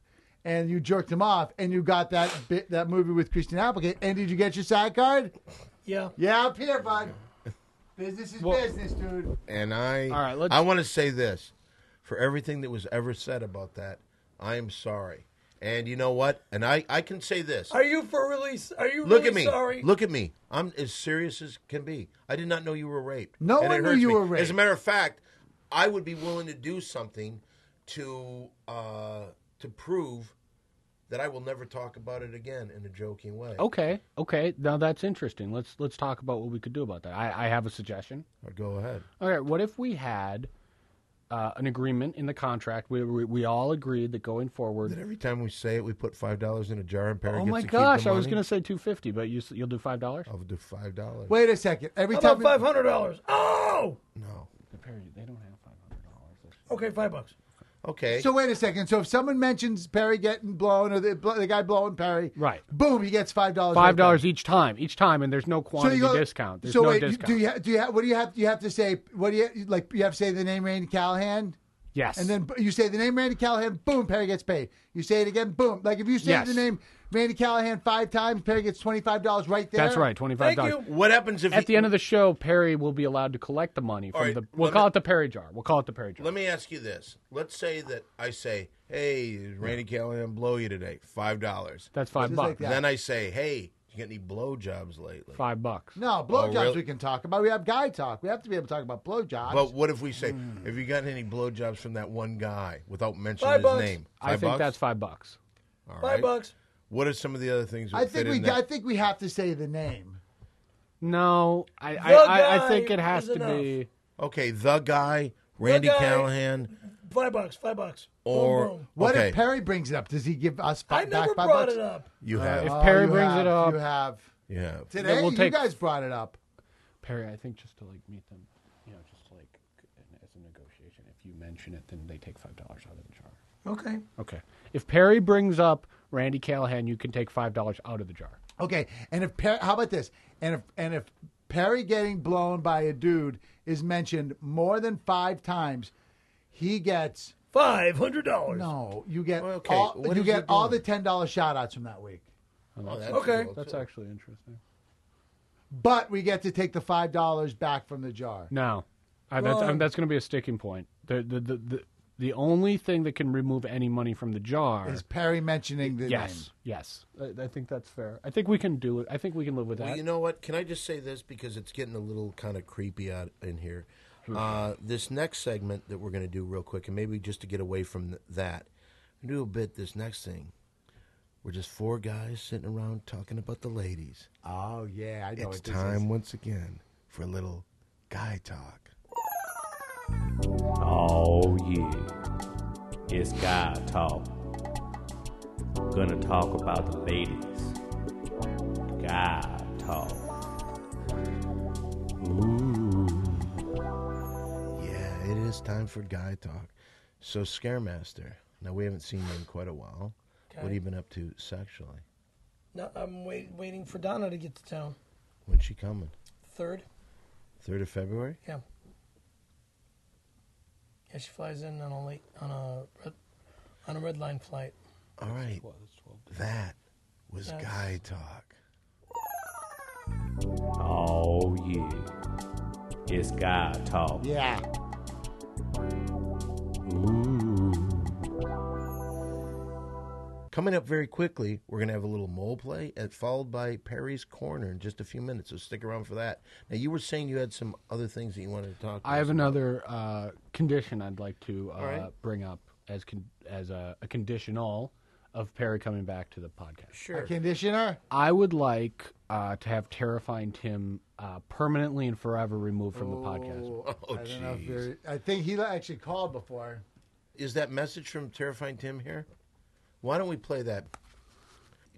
and you jerked him off and you got that bit that movie with Christian Applegate and did you get your side card?
Yeah.
Yeah, up here, bud. Business is business, dude.
And I,
All right, let's-
I want to say this for everything that was ever said about that. I am sorry. And you know what? And I, I can say this.
Are you for release? Are you
Look
really
at me.
sorry?
Look at me. I'm as serious as can be. I did not know you were raped.
No
And
one
it
knew
hurts
you
me.
were raped.
As a matter of fact, I would be willing to do something to uh, to prove that I will never talk about it again in a joking way.
Okay, okay. Now that's interesting. Let's let's talk about what we could do about that. I, I have a suggestion.
Or go ahead.
All right, what if we had uh, an agreement in the contract? We, we we all agreed that going forward.
That every time we say it, we put five dollars in a jar and Perry
oh
gets
my
to keep
gosh,
the
I was
money.
gonna say two fifty, but you s- you'll do five dollars.
I'll do five dollars.
Wait a second. Every
How
time
about five hundred dollars? Oh,
No.
They don't have five hundred dollars.
okay, five bucks.
Okay.
so wait a second. So if someone mentions Perry getting blown or the, the guy blowing Perry,
Right.
Boom, he gets five dollars.
Five dollars each time, each time, and there's no quantity discount. There's
so
no
wait, you-
discount.
do you ha- do you ha- what do you have? You have to say what do you like? You have to say the name Randy Callahan.
yes,
And then b- you say the name Randy Callahan, boom, Perry gets paid. You say it again, boom. Like if you say
Yes.
the name Randy Callahan five times, Perry gets twenty five dollars right there.
that's right, twenty five
Thank
dollars.
you.
what happens if
At the end of the show, Perry will be allowed to collect the money from
All right,
the. We'll
let
call
me-
it the Perry jar. We'll call it the Perry jar.
Let me ask you this. Let's say that I say, "Hey, Randy Callahan, blow you today, five dollars."
That's five
Just
bucks.
like that.
Then I say, "Hey, you get any blowjobs lately?"
Five bucks.
No, blowjobs
Oh, really?
we can talk about. We have guy talk. We have to be able to talk about blowjobs.
But what if we say, "Have you gotten any blowjobs from that one guy?" Without mentioning
Five
his
bucks.
name.
I think
bucks?
that's five bucks.
All
Five
right.
bucks.
What are some of the other things? That
I
fit
think
in
we
that?
I think we have to say the name.
No, I I,
The
I, I
guy
think it has
is
to
enough.
be.
Okay, the guy, Randy
guy.
Callahan,
Five bucks. Five bucks. Boom,
or
boom.
What
okay,
if Perry brings it up? Does he give us
I
five,
never
back five
brought
bucks?
it up.
you have,
if
Oh,
Perry
you
brings it
have,
up-
you have
you have.
today.
we'll take-
you guys brought it up.
Perry, I think just to like meet them, you know, just like as a negotiation, if you mention it, then they take five dollars out of the jar.
Okay.
Okay. If Perry brings up Randy Callahan, you can take five dollars out of the jar.
Okay, and if Perry, how about this? And if and if Perry getting blown by a dude is mentioned more than five times, he gets.
Five hundred dollars.
No, you get
Well, okay,
all,
what
you
is
get
it
all the
doing?
ten dollar shout outs from that week.
Oh, that's
Okay.
cool,
That's
too.
actually interesting.
But we get to take the five dollars back from the jar.
No, I, that's, I
Wrong.
that's going to be a sticking point. The, the the the the only thing that can remove any money from the jar
Is Perry mentioning the
yes, yes. I, I think that's fair. I think we can do it. I think we can live with that.
Well, you know what? Can I just say this because it's getting a little kind of creepy out in here. Uh, this next segment that we're going to do real quick, and maybe just to get away from th- that, we're gonna do a bit. This next thing, we're just four guys sitting around talking about the ladies.
name? Oh yeah, I know
it's
what this
time
Is.
once again for a little guy talk.
Oh yeah, it's guy talk. Gonna talk about the ladies. Guy talk. Ooh.
Yeah, it is time for guy talk. So, Scaremaster. Now we haven't seen you in quite a while. What have
Okay.
you been up to sexually?
No, I'm wait, waiting for Donna to get to town.
When's she coming?
Third.
Third of February.
Yeah. Yeah, she flies in on a late on a red, on a red line flight.
All right. That was
That's-
guy talk.
Oh yeah, it's guy talk.
Yeah,
Ooh.
Coming up very quickly, we're going to have a little mole play, and followed by Perry's Corner in just a few minutes. So stick around for that. Now, you were saying you had some other things that you wanted to talk. to
I
us
have
about.
another uh, condition I'd like to uh,
right.
bring up as con- as a, a conditional of Perry coming back to the podcast.
Sure.
Conditioner?
I would like uh, to have Terrifying Tim uh, permanently and forever removed from the podcast.
Oh, I don't know if you're, I think he actually called before.
Is that message from Terrifying Tim here? Why don't we play that?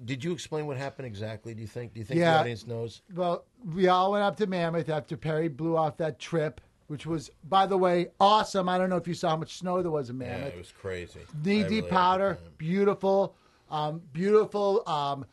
Did you explain what happened exactly? Do you think? Do you think
Yeah.
the audience knows?
Well, we all went up to Mammoth after Perry blew off that trip, which was, by the way, awesome. I don't know if you saw how much snow there was in Mammoth.
was crazy.
Knee deep powder, beautiful, um, beautiful um,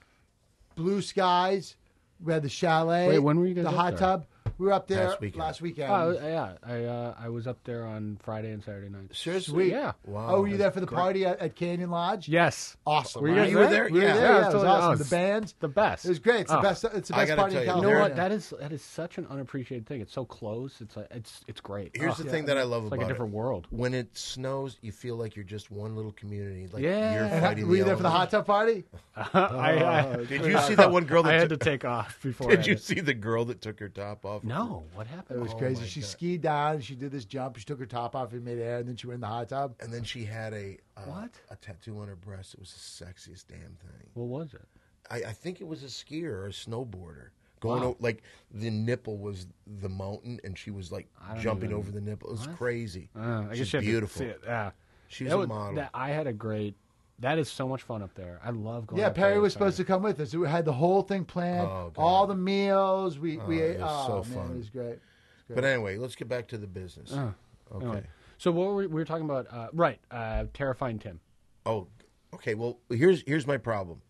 blue skies. We had the chalet.
Wait, when were you guys
The
up
hot
there?
tub. We were up there
Last weekend.
Last weekend.
Oh, yeah, I uh, I was up there on Friday and Saturday nights.
Seriously?
Sweet.
Yeah.
Wow.
oh, were you
that's
there for the party at, at Canyon Lodge?
Yes.
Awesome.
Were you guys
You were there?
there?
We were
Yeah.
there.
Yeah, I was
it was
totally-
awesome.
oh,
the
it's
band.
The best.
It was great. It's
Oh.
the best. It's the
I
best
gotta
party in
tell you,
You know
California.
There-
what? That is that is such an unappreciated thing. It's so close. It's like it's it's great.
Here's
Oh,
the thing that I love
it's
about
like a different
it.
world.
When it snows, you feel like you're just one little community. Like
Yeah.
you're
And
And how-
fighting
were you there for the
elements.
hot tub party?
I, I,
Did you see that one girl that
I had to
took-
take off before? I
Did you
did.
see the girl that took her top off?
No. What
It
happened?
was crazy. She skied down. She did this jump. She took her top off in midair, and then she went in the hot tub.
And then she had a uh,
What?
a tattoo on her breast. It was the sexiest damn thing.
What was it?
I, I think it was a skier or a snowboarder going o- like the nipple was the mountain, and she was like jumping over the nipple. It was crazy.
Uh, I guess
She's
you have to
beautiful.
see it. Yeah.
She was
That
a
was-
model.
that- I had a great. That is so much fun up there. I love going.
Yeah,
up
Perry
there
was
with Perry.
supposed to come with us. We had the whole thing planned,
Oh, God.
all the meals. We we
it
ate.
was
oh,
so
man,
fun.
it was great.
But anyway, let's get back to the business.
Uh,
okay.
Anyway, so what were we, we were talking about? Uh, right, uh, terrifying Tim.
Oh, okay. Well, here's here's my problem.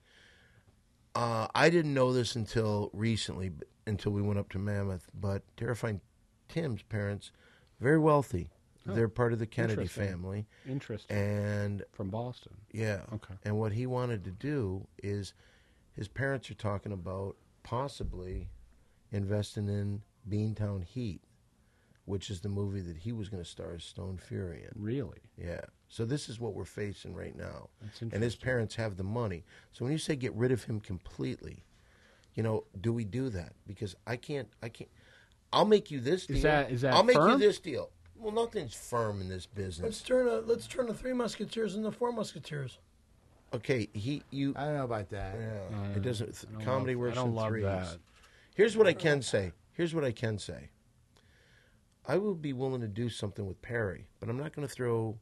Uh, I didn't know this until recently, b- until we went up to Mammoth. But terrifying Tim's parents, very wealthy. They're part of the Kennedy
Oh, interesting.
family,
Interesting
and
from Boston.
yeah.
Okay.
And what he wanted to do is, his parents are talking about possibly investing in Beantown Heat, which is the movie that he was going to star as Stone Fury in.
Really?
Yeah. So this is what we're facing right now. And his parents have the money. So when you say get rid of him completely, you know, do we do that? Because I can't I can't I'll make you this deal.
that- is that
I'll make you
firm?
this deal. Well, nothing's firm in this
Let's
business.
turn a, let's turn the three musketeers into four musketeers.
Okay, he you
I don't know about that.
yeah, it doesn't comedy
love- I
works
don't
in
love
threes.
that.
Here's what I can say. Here's what I can say. I will be willing to do something with Perry, but I'm not going to throw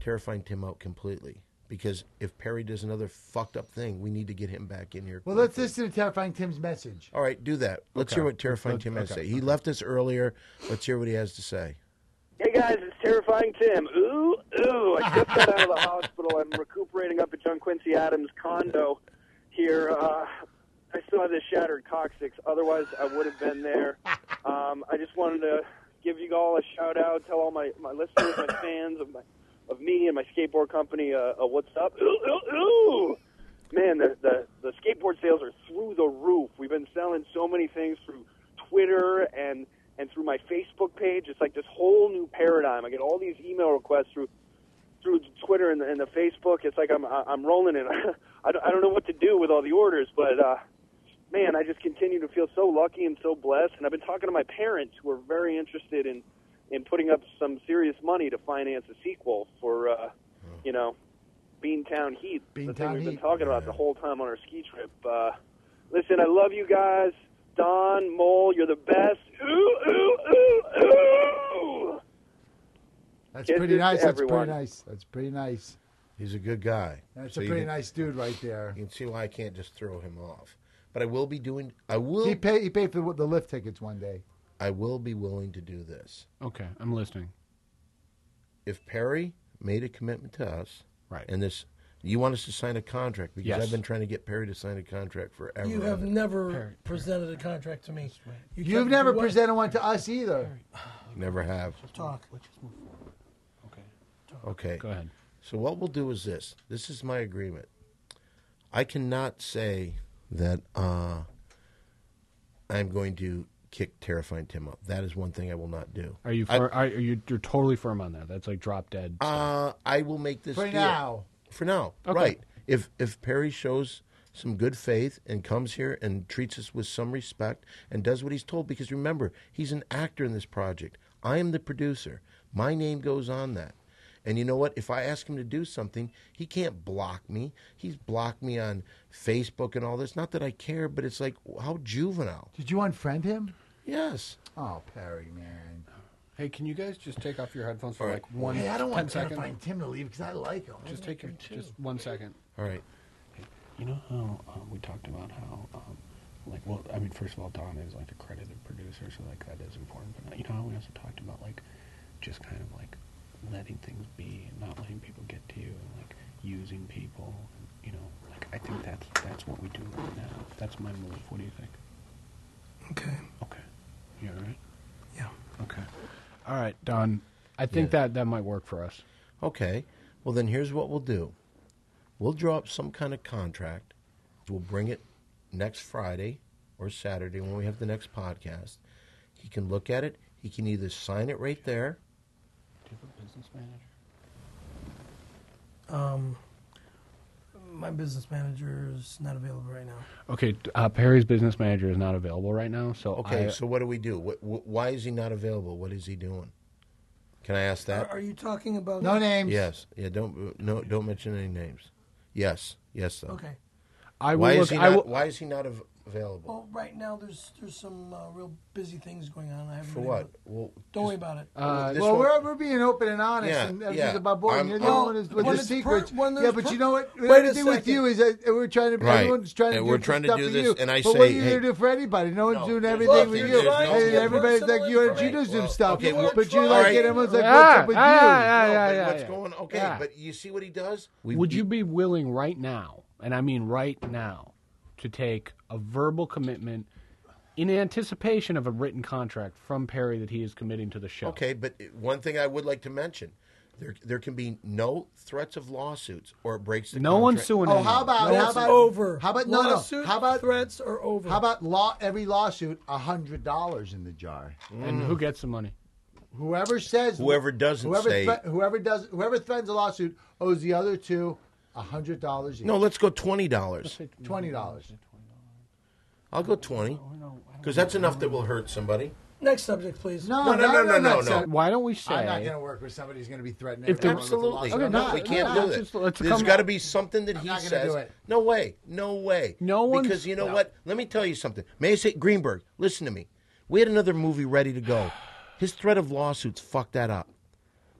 terrifying Tim out completely because if Perry does another fucked up thing, we need to get him back in here.
Well, let's
quickly.
listen to terrifying Tim's message.
All right, do that. Let's hear what terrifying Tim has to say. He left us earlier. Let's hear what he has to say.
Hey guys, it's terrifying Tim. Ooh, ooh! I just got out of the hospital. I'm recuperating up at John Quincy Adams' condo here. Uh, I still have this shattered coccyx. Otherwise, I would have been there. Um, I just wanted to give you all a shout out, tell all my my listeners, my fans of my of me and my skateboard company, uh, uh, what's up? Ooh, ooh, ooh! Man, the, the the skateboard sales are through the roof. We've been selling so many things through Twitter and and through my Facebook page. It's like this whole new paradigm. I get all these email requests through through Twitter and the, and the Facebook. It's like I'm I- I'm rolling in. I don't, I don't know what to do with all the orders, but uh, man, I just continue to feel so lucky and so blessed. And I've been talking to my parents, who are very interested in in putting up some serious money to finance a sequel for uh, you know Beantown Heat, the thing
Beantown
we've been
Heat.
talking about the whole time on our ski trip. Uh, listen, I love you guys. Don, Mole, you're the best. Ooh, ooh, ooh, ooh.
That's
Yes,
pretty
yes,
nice. That's
everyone.
pretty nice. That's pretty nice.
He's a good guy.
That's
So
a
you
pretty
can-
nice dude right there.
You can see why I can't just throw him off. But I will be doing. I will.
He paid. He paid for the, the lift tickets one day.
I will be willing to do this.
Okay, I'm listening.
if Perry made a commitment to us,
Right.
and this, you want us to sign a contract because
Yes.
I've been trying to get Perry to sign a contract forever.
You have never presented a contract to me. You
You've
kept-
never
what-
presented one to us either.
never have.
talk.
Okay.
Go ahead.
So what we'll do is this. This is my agreement. I cannot say that uh, I'm going to kick terrifying Tim up. That is one thing I will not do.
Are you
I-
fir- are you you're totally firm on that? That's like drop dead.
Uh, I will make this
For
deal.
now.
For now,
Okay.
right? If if Perry shows some good faith and comes here and treats us with some respect and does what he's told, because remember he's an actor in this project. I am the producer. My name goes on that. And you know what? If I ask him to do something, he can't block me. He's blocked me on Facebook and all this. Not that I care, but it's like how juvenile.
Did you unfriend him?
Yes.
Oh, Perry, man.
Hey, can you guys just take off your headphones for
All
like
right.
one?
Hey, I don't
10
want
seconds?
terrifying Tim to leave because I like him.
Just take your, just one second.
All right.
You know how um, we talked about how, um, like, well, I mean, first of all, Don is like a credited producer, so like that is important. But you know how we also talked about like just kind of like letting things be and not letting people get to you and like using people. And, you know, like I think that's that's what we do right now. That's my move. What do you think?
Okay.
Okay, you all right?
Yeah.
Okay, all right, Don. I think that that might work for us.
Okay. Well, then here's what we'll do we'll draw up some kind of contract. We'll bring it next Friday or Saturday when we have the next podcast. He can look at it. He can either sign it right there.
Do you have a business manager?
My business manager is not available right now.
Okay, t- uh, Perry's business manager is not available right now, so
Okay,
I-
so what do we do? What, wh why is he not available? What is he doing? Can I ask
Are,
that?
are you talking about?
No names.
Yes. Yeah. Don't no. Don't mention any names. Yes. Yes. Though.
Okay.
I will
Why
look.
is he
I
not?
will,
why is he not av- available?
Well, right now there's there's some uh, real busy things going on. I
Oh,
haven't
For
been
what?
able-
Well,
Don't worry
just-
about it.
uh,
This
well,
one-
we're, we're being open and honest,
Yeah,
and everything's
yeah.
about board. and
I'm-
You're the only
I'm-
one who's with
When
the
it's per-
secrets.
when
yeah,
there's
but
per-
you know what?
Wait
the
a
only thing with
second.
you is that we're trying to.
Right.
Everyone's trying to
And
do
we're
for
trying to
stuff
do
for
this,
you.
and I
but what are
say,
you
hey-
going to do for anybody? No one's
No,
doing
there's
everything
nothing.
with you,
There's no-
and everybody's
Personal
like you and
information.
Judas do
Well,
stuff.
okay, well-
but you
All
like
right.
it. Everyone's like,
Yeah,
what's up with
yeah,
you?
yeah,
No,
yeah,
but
yeah,
what's
yeah.
going? Okay,
Yeah.
but you see what he does. We,
Would you be willing right now, and I mean right now, to take a verbal commitment in anticipation of a written contract from Perry that he is committing to the show?
Okay, but one thing I would like to mention: there, there can be no threats of lawsuits, or it breaks the.
No one's
contract.
suing.
Oh,
anyone.
how about
No,
how
it's
about
over.
How about no, no
Lawsuit
How about
threats are over?
how about law? Every lawsuit, a hundred dollars in the jar.
and who gets the money?
Whoever says
Whoever doesn't
whoever
say-
thre- whoever does whoever threatens a lawsuit owes the other two hundred dollars each.
No, let's go twenty dollars.
twenty dollars.
I'll go twenty,
Oh,
because that's enough that will hurt somebody.
Next subject, please.
No, no, no, no, no,
so-
no.
Why don't we
I'm not going
say?
to work with somebody who's going to be threatening.
If they're-
everyone with a lawsuit.
Okay,
I'm
no,
not-
we can't
no,
do
let's
that.
just- let's
There's
come-
got to be something that he
not gonna
says.
do it.
No way, no way.
No one's-
Because you know
No.
what? Let me tell you something. May I say, Greenberg, listen to me. We had another movie ready to go. His threat of lawsuits fucked that up.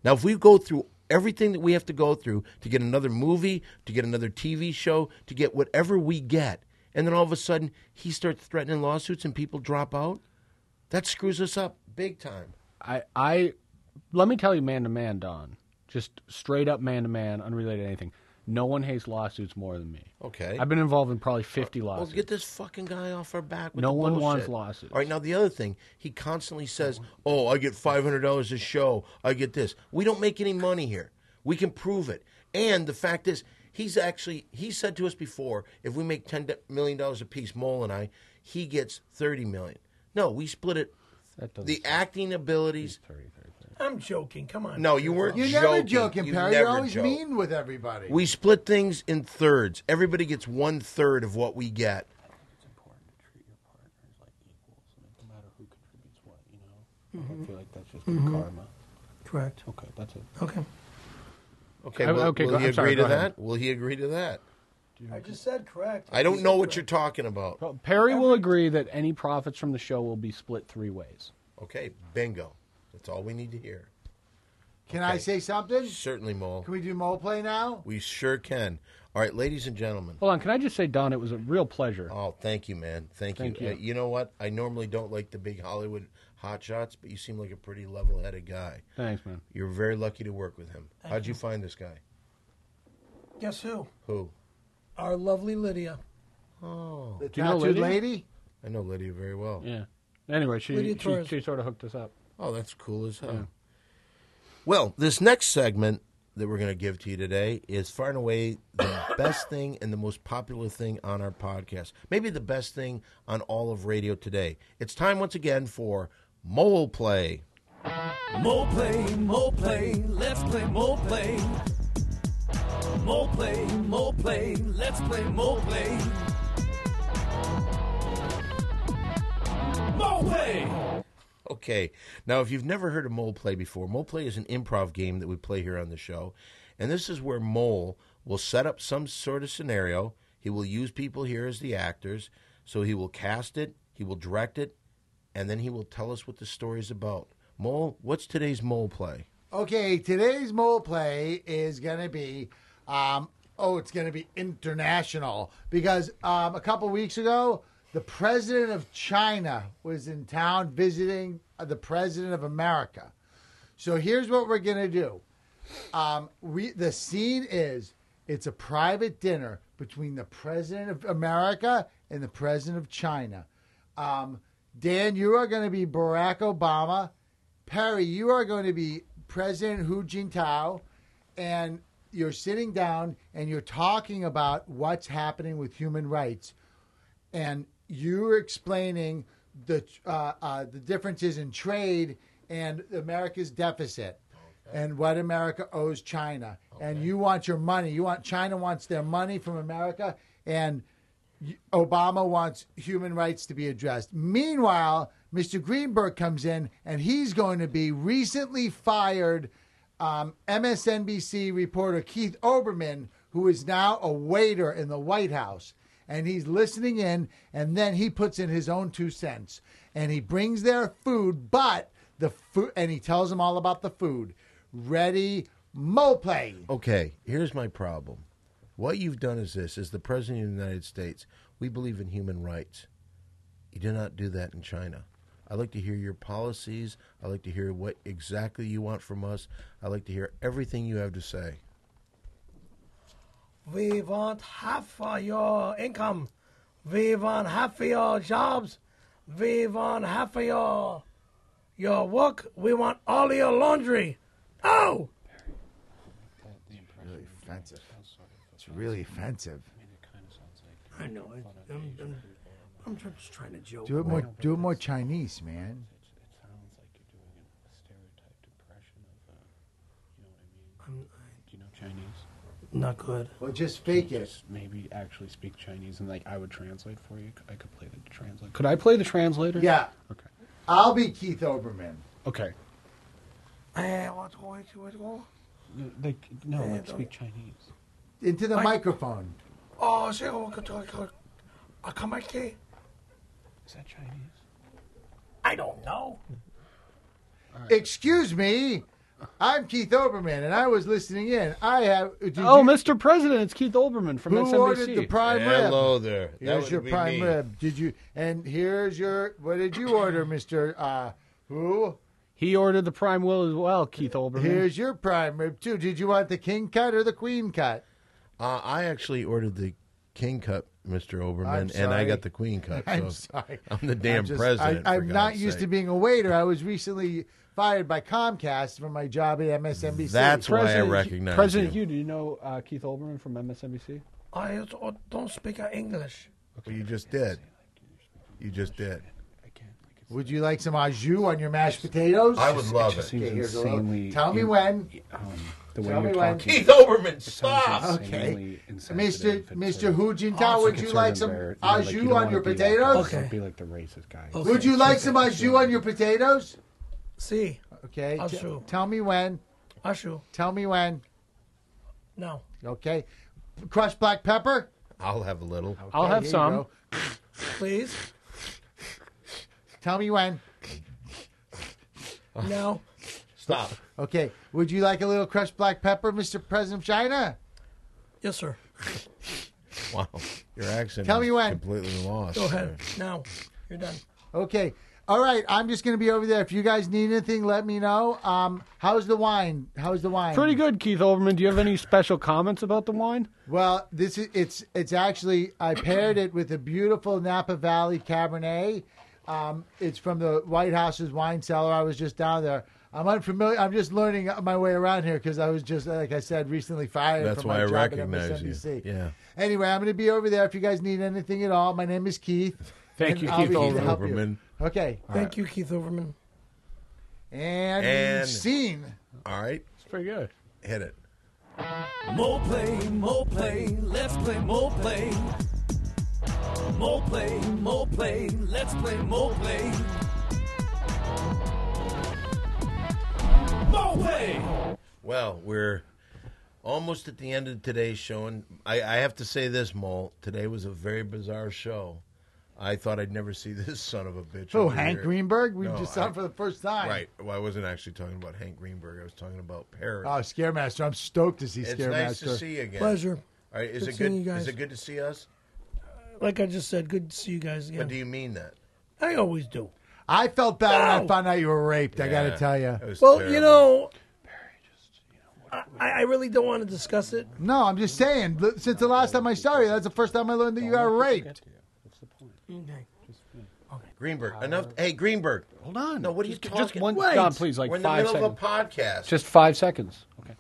Now, if we go through everything that we have to go through to get another movie, to get another TV show, to get whatever we get, and then all of a sudden he starts threatening lawsuits and people drop out, that screws us up big time.
I, I, let me tell you, man to man, Don, just straight up man to man, unrelated to anything. No one hates lawsuits more than me.
Okay.
I've been involved in probably fifty
Well,
lawsuits.
get this fucking guy off our back. With
No
the
one
bullshit.
wants lawsuits.
All right, now the other thing, he constantly says, "Oh, I get five hundred dollars a show. I get this. We don't make any money here. We can prove it." And the fact is, he's actually he said to us before, if we make ten million dollars a piece, Mole and I, he gets thirty million. No, we split it.
That doesn't
The acting abilities.
I'm joking. Come on.
No, you weren't.
You're
joking.
never joking,
You
Perry. You're
never
always
joke.
mean with everybody.
We split things in thirds. Everybody gets one third of what we get.
it's important to treat your partners like equals, no matter who contributes what, you know? I feel like that's just good karma.
Correct.
Okay, that's it.
Okay.
Okay,
I-
will,
okay,
will
go-
he
I'm
agree
sorry,
to
go ahead.
that? Will he agree to that?
I just said correct.
I don't know what you're talking about.
Perry will agree that any profits from the show will be split three ways.
Okay, bingo. That's all we need to hear.
Can I say something?
Certainly, Mole.
Can we do mole play now?
We sure can. All right, ladies and gentlemen.
Hold on, can I just say, Don, it was a real pleasure.
Oh, thank you, man. Thank,
Thank
you.
you.
Uh, you know what? I normally don't like the big Hollywood hotshots, but you seem like a pretty level-headed guy.
Thanks, man.
You're very lucky to work with him. How'd you find this guy?
Guess who?
Who?
Our lovely Lydia.
Oh,
The
Do you know
tattooed
Lydia?
lady?
I know Lydia very well.
Yeah. Anyway,
We
she,
did
she,
tourism.
she sort of hooked us up.
Oh, that's cool as hell. Well, this next segment that we're going to give to you today is far and away the best thing and the most popular thing on our podcast. Maybe the best thing on all of radio today. It's time once again for Mole Play.
More play, more play, let's play more play. More play, more play, let's play more play. More play!
Okay. Now, if you've never heard of mole play before, mole play is an improv game that we play here on the show. And this is where mole will set up some sort of scenario. He will use people here as the actors. So he will cast it, he will direct it, and then he will tell us what the story's about. Mole, what's today's mole play?
Okay, today's mole play is going to be, um, oh, it's going to be international because um, a couple weeks ago, the president of China was in town visiting uh, the president of America. So here's what we're going to do. Um, we the scene is it's a private dinner between the president of America and the president of China. Um, Dan, you are going to be Barack Obama. Perry, you are going to be President Hu Jintao, and you're sitting down and you're talking about what's happening with human rights, and you're explaining the uh, uh, the differences in trade and America's deficit and what America owes China. And you want your money. You want China wants their money from America, and y- Obama wants human rights to be addressed. Meanwhile, Mr. Greenberg comes in, and he's going to be recently fired um, MSNBC reporter Keith Oberman, who is now a waiter in the White House. And he's listening in, and then he puts in his own two cents. And he brings their food, but the food, and he tells them all about the food. Ready, mo play.
Okay, here's my problem. What you've done is this: as the president of the United States, we believe in human rights. You do not do that in China. I like to hear your policies. I like to hear what exactly you want from us. I like to hear everything you have to say.
We want half of your income. We want half of your jobs. We want half of your your work. We want all of your laundry. Oh,
Really offensive. It's really offensive.
I know. it. I'm, I'm, I'm just trying to joke.
Do it more. Do it more Chinese, man.
uh,
I'm
Do you know Chinese?
not good.
Or just fake it.
Just maybe actually speak Chinese and like I would translate for you. I could play the translator. Could I play the translator?
Yeah.
Okay.
I'll be Keith Oberman.
Okay.
Hey, what's going to it all?
Like no,
Yeah,
like
don't-
speak Chinese.
Into the microphone.
Oh, say, oh, I come I Ah, come back here.
Is that Chinese?
I don't know.
Excuse me. I'm Keith Oberman, and I was listening in. I have. Did
Oh,
you,
Mr. President, it's Keith Olbermann from
Who
SNBC.
ordered the prime rib?
Hello there. That
Here's
would
your
be
prime
me.
rib. Did you? And here's your. What did you order, Mister? Uh, who?
he ordered the prime will as well, Keith Olbermann.
Here's your prime rib too. Did you want the king cut or the queen cut?
Uh, I actually ordered the king cup, Mister
I'm
Oberman, and I
sorry.
got the queen cup.
I'm
so
sorry.
I'm the damn
I'm just-
president.
I,
for
am not
God's
used to
sake.
being a waiter. I was recently fired by Comcast from my job at MSNBC.
That's why I recognize
President
you.
Hugh, do you know uh, Keith Olbermann from MSNBC?
I also don't speak English.
Well, you just did. You just did.
I can't. Like it's,
Would you like some au jus on your mashed potatoes?
I would love it.
seems
Okay, here's a little-
insanely.
Tell me
in-
when.
Um, the way
Tell
you're
me when.
talking.
Keith Oberman, stop.
sounds
Okay.
insanely
Mr.
insensitive and sort
Mr.
of-
Hu Jintao, would you like some
Conservative,
au
like,
jus
you don't
on
wanna
your
be like
potatoes?
that.
Okay.
Don't be like the racist guy.
Okay.
Would you like some au jus on your potatoes?
See,
Okay.
Au
t-
jus.
Tell me when.
Ashu,
Tell me when.
no.
Okay. Crushed black pepper.
I'll have a little.
I'll
Okay,
have
here you
some.
go.
Please,
Tell me when.
no.
Stop.
Okay. Would you like a little crushed black pepper, Mr. President of China?
Yes, sir.
Wow, your accent.
Tell me
is
when.
Completely lost.
Go ahead. Now, you're done.
Okay. All right. I'm just going to be over there. If you guys need anything, let me know. Um, how's the wine? How's the wine?
Pretty good, Keith Olbermann. Do you have any special comments about the wine?
Well, this is it's it's actually I paired it with a beautiful Napa Valley Cabernet. Um, it's from the White House's wine cellar. I was just down there. I'm unfamiliar. I'm just learning my way around here because I was just like I said recently fired.
That's
from
why
my
I
job at
recognize you.
MSNBC.
Yeah.
Anyway, I'm going to be over there if you guys need anything at all. My name is Keith.
Thank
And
you,
I'll
Keith
be here to
Olbermann.
help you.
Oberman.
Okay.
Thank you, Keith Overman.
And,
And-
scene.
All right,
It's pretty good.
hit it.
More play, more play, let's play more play. More play, more play, let's play more play. Mo play.
Well, we're almost at the end of today's show, and I, I have to say this, Mole. Today was a very bizarre show. I thought I'd never see this son of a bitch.
Oh,
over
Hank
here.
Greenberg? We
No,
just
I-
saw him for the first time.
Right. Well, I wasn't actually talking about Hank Greenberg. I was talking about Perry.
Oh, Scaremaster. I'm stoked to see
it's
Scaremaster.
nice to see you again.
Pleasure.
All right, is
Good
it good?
seeing you guys.
Is it good to see us?
Like I just said, good to see you guys
But do
again.
you mean that?
I always do.
I felt bad when I
No!
found out you were raped. I got
Yeah,
to tell you.
it was
Well,
terrible.
you know, I, I really don't want to discuss it.
No, I'm just saying. li- Since the last time I saw you, that's the first time I learned that you got raped.
Okay.
Greenberg. Enough. Hey, Greenberg.
Hold on.
No, what are you
just,
talking?
Just one,
Wait.
John, please, like
We're in the
five
middle
seconds.
of a podcast.
Just five seconds.
Okay.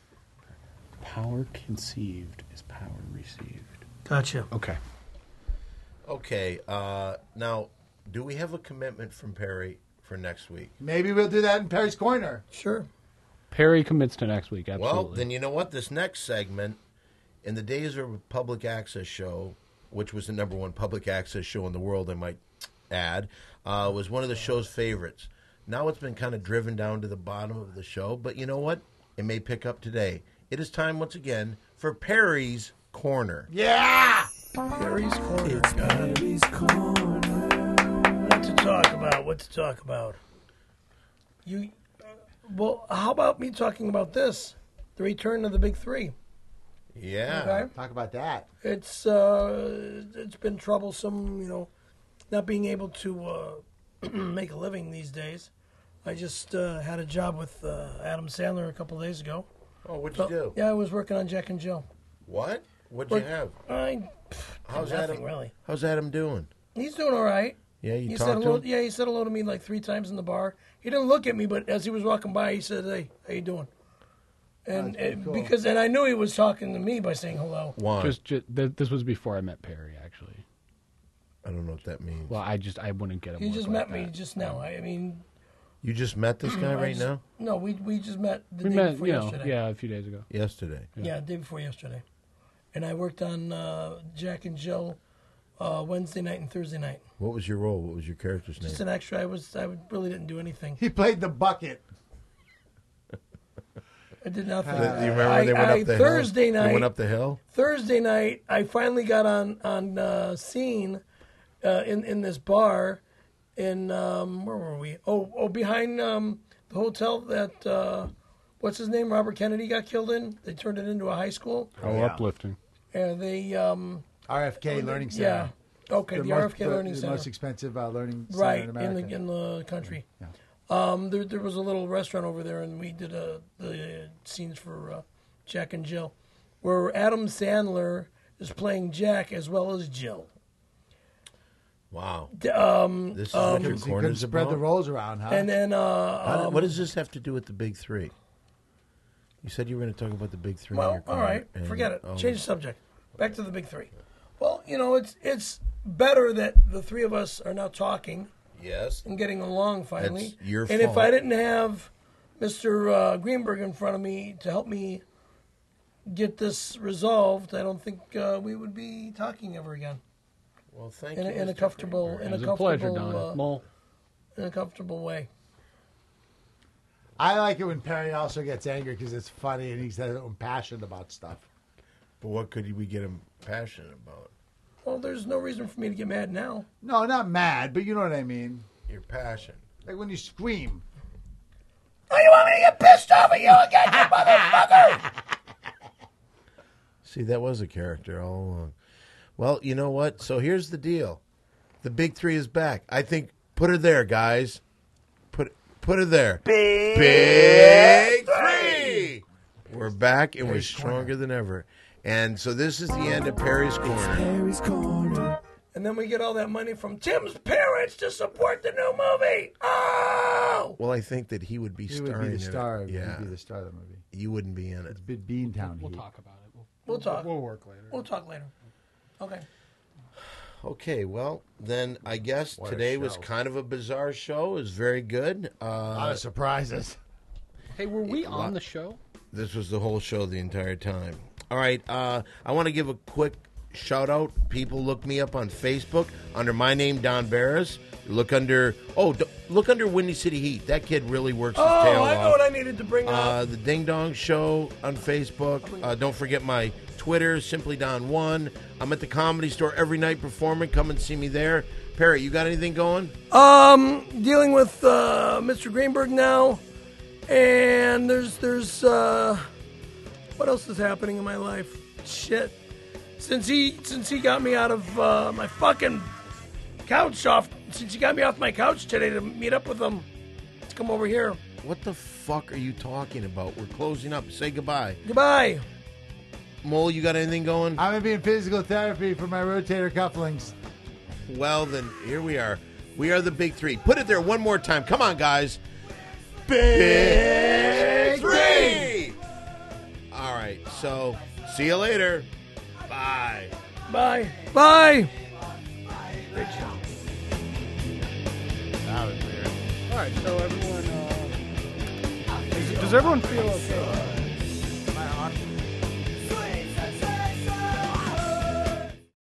Power conceived is power received.
Gotcha.
Okay.
okay. Uh, now, do we have a commitment from Perry for next week?
Maybe we'll do that in Perry's Corner.
Sure.
Perry commits to next week. Absolutely.
Well, then you know what? This next segment, in the days of a public access show, which was the number one public access show in the world, I might add, uh, was one of the show's favorites. Now it's been kind of driven down to the bottom of the show, but you know what? It may pick up today. It is time once again for Perry's Corner.
Yeah!
Perry's corner.
It's Perry's Corner.
What to talk about? What to talk about? You. Well, how about me talking about this? The return of the big three.
Yeah.
Okay.
Talk about that.
It's uh, it's been troublesome, you know, not being able to uh, make a living these days. I just uh, had a job with uh, Adam Sandler a couple days ago.
Oh, what'd you do?
Yeah, I was working on Jack and Jill.
What? What'd you
What-
have?
I
How's
nothing
Adam?
really.
How's Adam doing?
He's doing all right.
Yeah, you
He said
talked to
hello.
him.
Yeah, he said hello to me like three times in the bar. He didn't look at me, but as he was walking by, he said, "Hey, how you doing?" And, and because and I knew he was talking to me by saying hello.
Why?
just, ju- th- this was before I met Perry, actually.
I don't know what that means.
Well, I just I wouldn't get him.
He
work
just
like
met me
that.
just now. I, I mean,
You just met this guy
I
right
just-
now?
No, we we just met the
We
day
met,
before
you know,
yesterday.
yeah, a few days ago.
Yesterday.
Yeah, the day before yesterday. And I worked on uh, Jack and Jill uh, Wednesday night and Thursday night.
What was your role? What was your character's name?
Just an extra. I was I really didn't do anything.
He played the bucket.
I did nothing.
Do you remember
uh, I,
when they went
I-
up the
Thursday
hill?
night.
They went up the hill.
Thursday night, I finally got on on uh, scene uh, in in this bar in um, where were we? Oh, oh, behind um, the hotel that uh, what's his name Robert Kennedy got killed in. They turned it into a high school.
Oh.
Oh,
How Oh, uplifting.
And they um,
RFK Learning Center.
yeah, okay, the,
most-
RFK Learning
the
Center,
most expensive uh, learning center
right
in
in,
America.
the in the country. Um, there there was a little restaurant over there, and we did uh, the scenes for uh, Jack and Jill, where Adam Sandler is playing Jack as well as Jill.
Wow.
Um,
This is
Because he
what your
couldn't
corner's
spread
about.
the rolls around, huh?
and then uh,
How did- what does this have to do with the big three? You said you were going to talk about the big three. in your
well, all
corner,
right,
and-
forget it.
oh,
Change the subject. Back to the big three. Well, you know, it's it's better that the three of us are now talking
Yes.
and getting along finally.
That's your
and if
fault.
I didn't have Mr. Uh, Greenberg in front of me to help me get this resolved, I don't think uh, we would be talking ever again
Well, thank
in a,
you.
in a
Mr.
comfortable
It
in a
was a pleasure, Don.
comfortable uh,
Mole.
in a comfortable way.
I like it when Perry also gets angry because it's funny and he's so impassioned about stuff.
But what could we get him passionate about?
Well, there's no reason for me to get mad now.
No, not mad, but you know what I mean.
Your passion.
Like when you scream.
Oh, you want me to get pissed off at you again, you motherfucker?
See, that was a character all along. Well, you know what? So here's the deal: the big three is back. I think put her there, guys. Put put her there. Big, three. We're back and we're stronger than ever. And so this is the end of Perry's Corner.
Perry's Corner.
And then we get all that money from Tim's parents to support the new movie. Oh!
Well, I think that he would be
He
starring
would be
in
the star.
It.
Of,
Yeah,
He'd be the star of the movie.
you wouldn't be in it.
It's been Beantown
We'll
Heat.
talk about it. We'll,
We'll talk.
We'll work later.
We'll talk later. Okay.
Okay, well then I guess today was kind of a bizarre show. It was very good.
A
Uh,
lot of surprises.
hey, were we on the show?
this was the whole show the entire time. All right, uh, I want to give a quick shout out. People look me up on Facebook under my name Don Barris. Look under. Oh, d- look under Windy City Heat. That kid really works his
Oh,
tail
I know
off.
what I needed to bring
Uh,
up.
the Ding Dong Show on Facebook. Uh, don't forget my Twitter, Simply Don One. I'm at the Comedy Store every night performing. Come and see me there. Perry, you got anything going?
Um, dealing with uh, Mr. Greenberg now, and there's there's uh, what else is happening in my life? Shit, since he since he got me out of uh, my fucking couch off, since he got me off my couch today to meet up with him, to come over here.
What the fuck are you talking about? We're closing up. Say goodbye.
Goodbye.
Mole, you got anything going?
I'm gonna be in physical therapy for my rotator cufflinks.
Well, then here we are. We are the big three. Put it there one more time. Come on, guys. Big, three. All right. So, see you later. Bye.
Bye. Bye.
That was weird.
All right, so everyone, uh, does everyone feel okay?